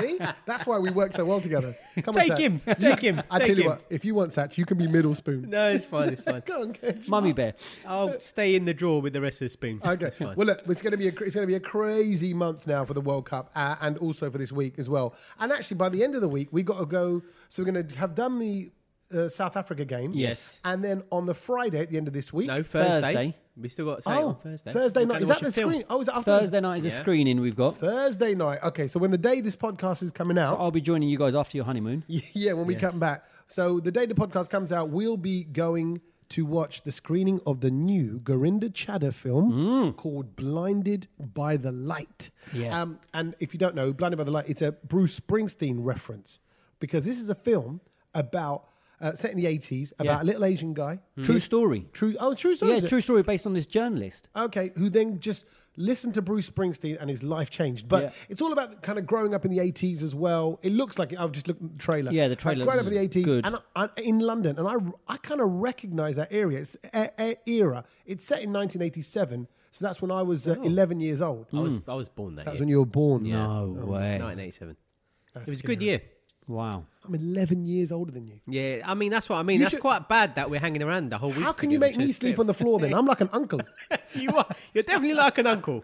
A: see, that's why we work so well together. Come on,
D: take
A: Satch.
D: him. Take him.
A: I
D: take
A: tell you
D: him.
A: what, if you want Satch, you can be middle spoon.
D: No, it's fine. It's fine.
A: Go on, Kedge.
C: Mummy bear.
D: I'll stay in the drawer with the rest of the spoon.
A: Okay.
D: It's fine.
A: Well, look, it's going to be a cr- it's going to be a crazy month now for the World Cup uh, and also for this week as well. And actually, by the end of the week, we got to go. So we're going to have done the uh, South Africa game.
C: Yes.
A: And then on the Friday at the end of this week.
D: no, Thursday.
C: Thursday.
D: We still got something
A: Oh,
D: on Thursday. We're
A: night.
D: gonna
A: Is
D: watch
A: that
D: a
A: the
D: film.
A: screen? Oh, is that I thought it was
C: Thursday night is a
D: Yeah.
C: screening we've got.
A: Thursday night. Okay. So when the day this podcast is coming out,
C: I'll be joining you guys after your honeymoon.
A: yeah, when we come back. So the day the podcast comes out, we'll be going to watch the screening of the new Gorinda Chadha film called Blinded by the Light.
C: Mm. Yeah.
A: Um, and if you don't know, Blinded by the Light, it's a Bruce Springsteen reference because this is a film about uh, set in the 80s about
C: Yeah.
A: a little Asian guy.
C: True story.
A: True. Oh, true story.
C: yeah,
A: is it?
C: true story based on this journalist.
A: Okay, who then just listened to Bruce Springsteen and his life changed. But
C: Yeah.
A: it's all about kind of growing up in the 80s as well. It looks like I've just looked at the trailer.
C: Yeah, the
A: Like,
C: trailer
A: growing up
C: was
A: in the 80s
C: good.
A: and I, I, in London, and I, I kind of recognize that area. It's a, a- era. It's set in 1987, so that's when I was
C: Oh.
A: uh, 11 years old.
D: I was, I was born that
A: That was
D: year.
A: when you were born.
C: No way.
D: 1987.
A: That's
D: It was a
A: scary.
D: good year.
C: Wow.
A: I'm 11 years older than you.
D: Yeah, I mean that's what I mean.
A: You
D: that's
A: should-
D: quite bad that we're hanging around the whole week.
A: How can you make me sleep on the floor then? I'm like an uncle.
D: you are. You're definitely like an uncle.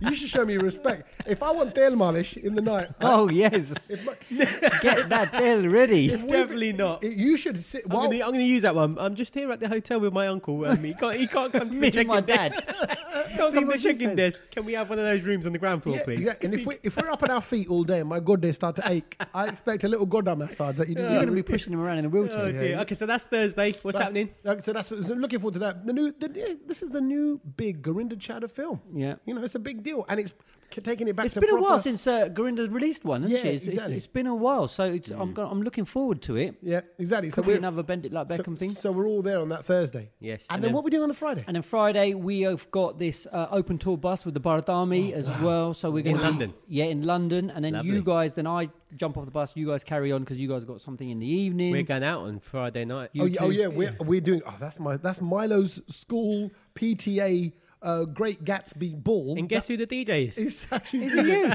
A: You should show me respect. If I want Dale Malish in the night, I-
C: Oh yes.
A: if my-
C: Get that bill ready.
A: if we-
D: definitely not.
A: You should sit.
D: I'm
A: while-
D: gonna, I'm gonna use that one. I'm just here at the hotel with my uncle. Um, he can't. He can't come to
C: Me
D: the check-in
C: and my
D: desk.
C: dad.
D: can't come to the
C: what she
D: check-in
C: said.
D: desk. Can we have one of those rooms on the ground floor,
A: Yeah,
D: please?
A: exactly. And if, we, if we're up on our feet all day and my god, they start to ache, I expect a little goddamn massage that you didn't
C: You're
A: even
C: going to be pushing him around in a wheelchair.
D: Oh, dear. Okay, so that's Thursday. What's happening?
A: Like, so that's so looking forward to that. The new, the, yeah, this is the new big Gorinda Chadha film.
C: Yeah.
A: you know it's a big deal, and it's c- taking it back.
C: It's
A: to
C: been a while
A: proper-
C: since uh, Gorinda's released one, hasn't
A: Yeah,
C: she? It's, it's-
A: exactly.
C: it's been a while, so it's, I'm, go- I'm looking forward to it.
A: Yeah, exactly.
C: Could
A: so
C: be
A: we're
C: another Bend It Like
A: so,
C: Beckham thing.
A: So we're all there on that Thursday.
D: Yes,
A: And,
D: and
A: then,
D: then-
A: what we doing on the Friday?
C: And then Friday we have got this uh, open tour bus with the Baradami as well. So we're going
D: Oh, In London?
C: yeah, in London. And then you
D: Lovely.
C: guys, then I jump off the bus. You guys carry on because you guys got something in the evening.
D: We're going out on Friday night.
A: oh, yeah, oh yeah, we're we're doing. Oh, that's my that's Milo's school PTA uh, Great Gatsby ball.
D: And guess who the DJ is?
A: It's actually you.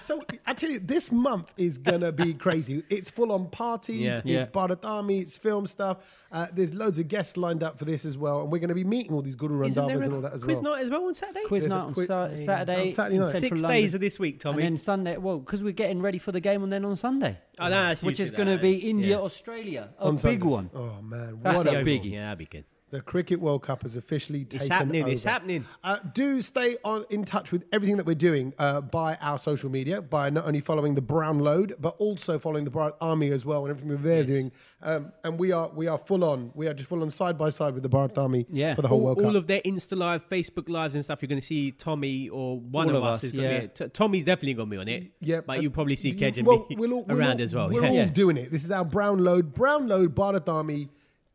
A: so I tell you, this month is gonna be crazy. It's full on parties.
D: Yeah.
A: It's
C: Yeah.
A: Bharatami. It's film stuff. Uh, there's loads of guests lined up for this as well, and we're gonna be meeting all these Guru
D: Isn't there
A: Randavas
D: a
A: and all that as
D: quiz
A: well.
D: night as well on Saturday?
C: Quiz
A: There's a
C: night on
A: quick-
C: Sa- Saturday.
A: on Saturday
C: in
A: night.
C: Central
D: Six
C: London.
D: days of this week, Tommy.
C: And then Sunday, well, because we're getting ready for the game, and then on Sunday,
D: Oh, no, that's
C: which
D: usually
C: is going to
D: that, eh?
C: be
D: yeah.
C: India, Australia, a
A: On
C: big
A: Sunday.
C: one.
A: Oh man,
C: That's
A: what
C: the
A: a
C: opening.
A: big!
C: biggie.
D: Yeah, that'd be good.
A: The Cricket World Cup has officially taken
D: happening, it's
A: over.
D: happening.
A: Uh, do stay on in touch with everything that we're doing uh, by our social media, by not only following the Brown Load, but also following the Bright Army as well, and everything that they're doing. Um, and we are we are full on. We are just full on side by side with the Bright Army
C: Yeah.
A: for the whole
D: all,
A: World
D: all
A: Cup.
D: of their Insta live, Facebook lives, and stuff. You're going to see Tommy or one
C: All
D: of
C: of
D: us.
C: us,
D: is gonna
C: yeah.
D: be- T- Tommy's definitely going to be on it.
A: yeah,
D: but
A: and
D: you'll probably see
A: you-
D: Kedge and
A: well,
D: me
A: we'll all- we'll
D: around
A: all-
D: as well.
A: We're
D: yeah.
A: all
D: yeah.
A: doing it. This is our Brown Load. Brown Load Bharat Army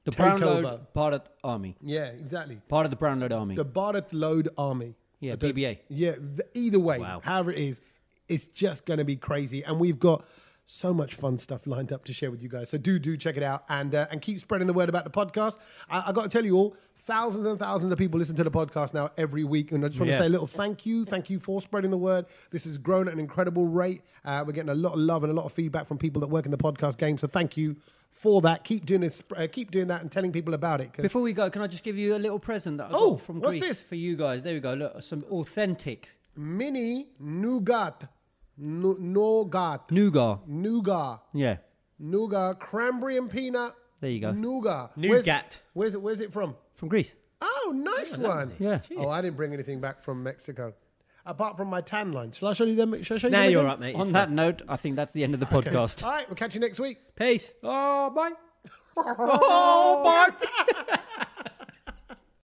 C: The
A: takeover.
C: Brown Load Bharat Army,
A: Yeah, exactly.
C: part of the Brown Load Army.
A: The Bharat Load Army.
C: Yeah,
A: I don't-
C: BBA.
A: Yeah, th- either way,
D: Wow.
A: however it is, it's just going to be crazy, and we've got so much fun stuff lined up to share with you guys. So do do check it out and uh, and keep spreading the word about the podcast. I, I got to tell you all. Thousands and thousands of people listen to the podcast now every week. And I just want
D: Yeah.
A: to say a little thank you. Thank you for spreading the word. This has grown at an incredible rate. Uh, we're getting a lot of love and a lot of feedback from people that work in the podcast game. So thank you for that. Keep doing this. Uh, keep doing that and telling people about it. 'cause-
C: Before we go, can I just give you a little present that I
A: Oh,
C: got from
A: what's
C: Greece
A: this?
C: for you guys? There we go. Look, some authentic
A: mini nougat. Nu- nougat.
C: nougat.
A: Nougat.
C: Yeah,
A: Nougat. Cranberry and peanut.
C: There you go.
A: Nougat.
D: Nougat.
A: Where's, where's it? Where's it from?
C: from Greece.
A: Oh, nice one.
C: Yeah.
A: Oh, I didn't bring anything back from Mexico, apart from my tan line. Shall I show you them? Shall I show you
D: Now
A: them
D: you're
A: again?
D: up, mate.
C: On
D: It's
C: that
D: fine.
C: note, I think that's the end of the podcast.
A: All right, we'll catch you next week.
D: Peace.
C: Oh, bye.
D: Oh, Bart.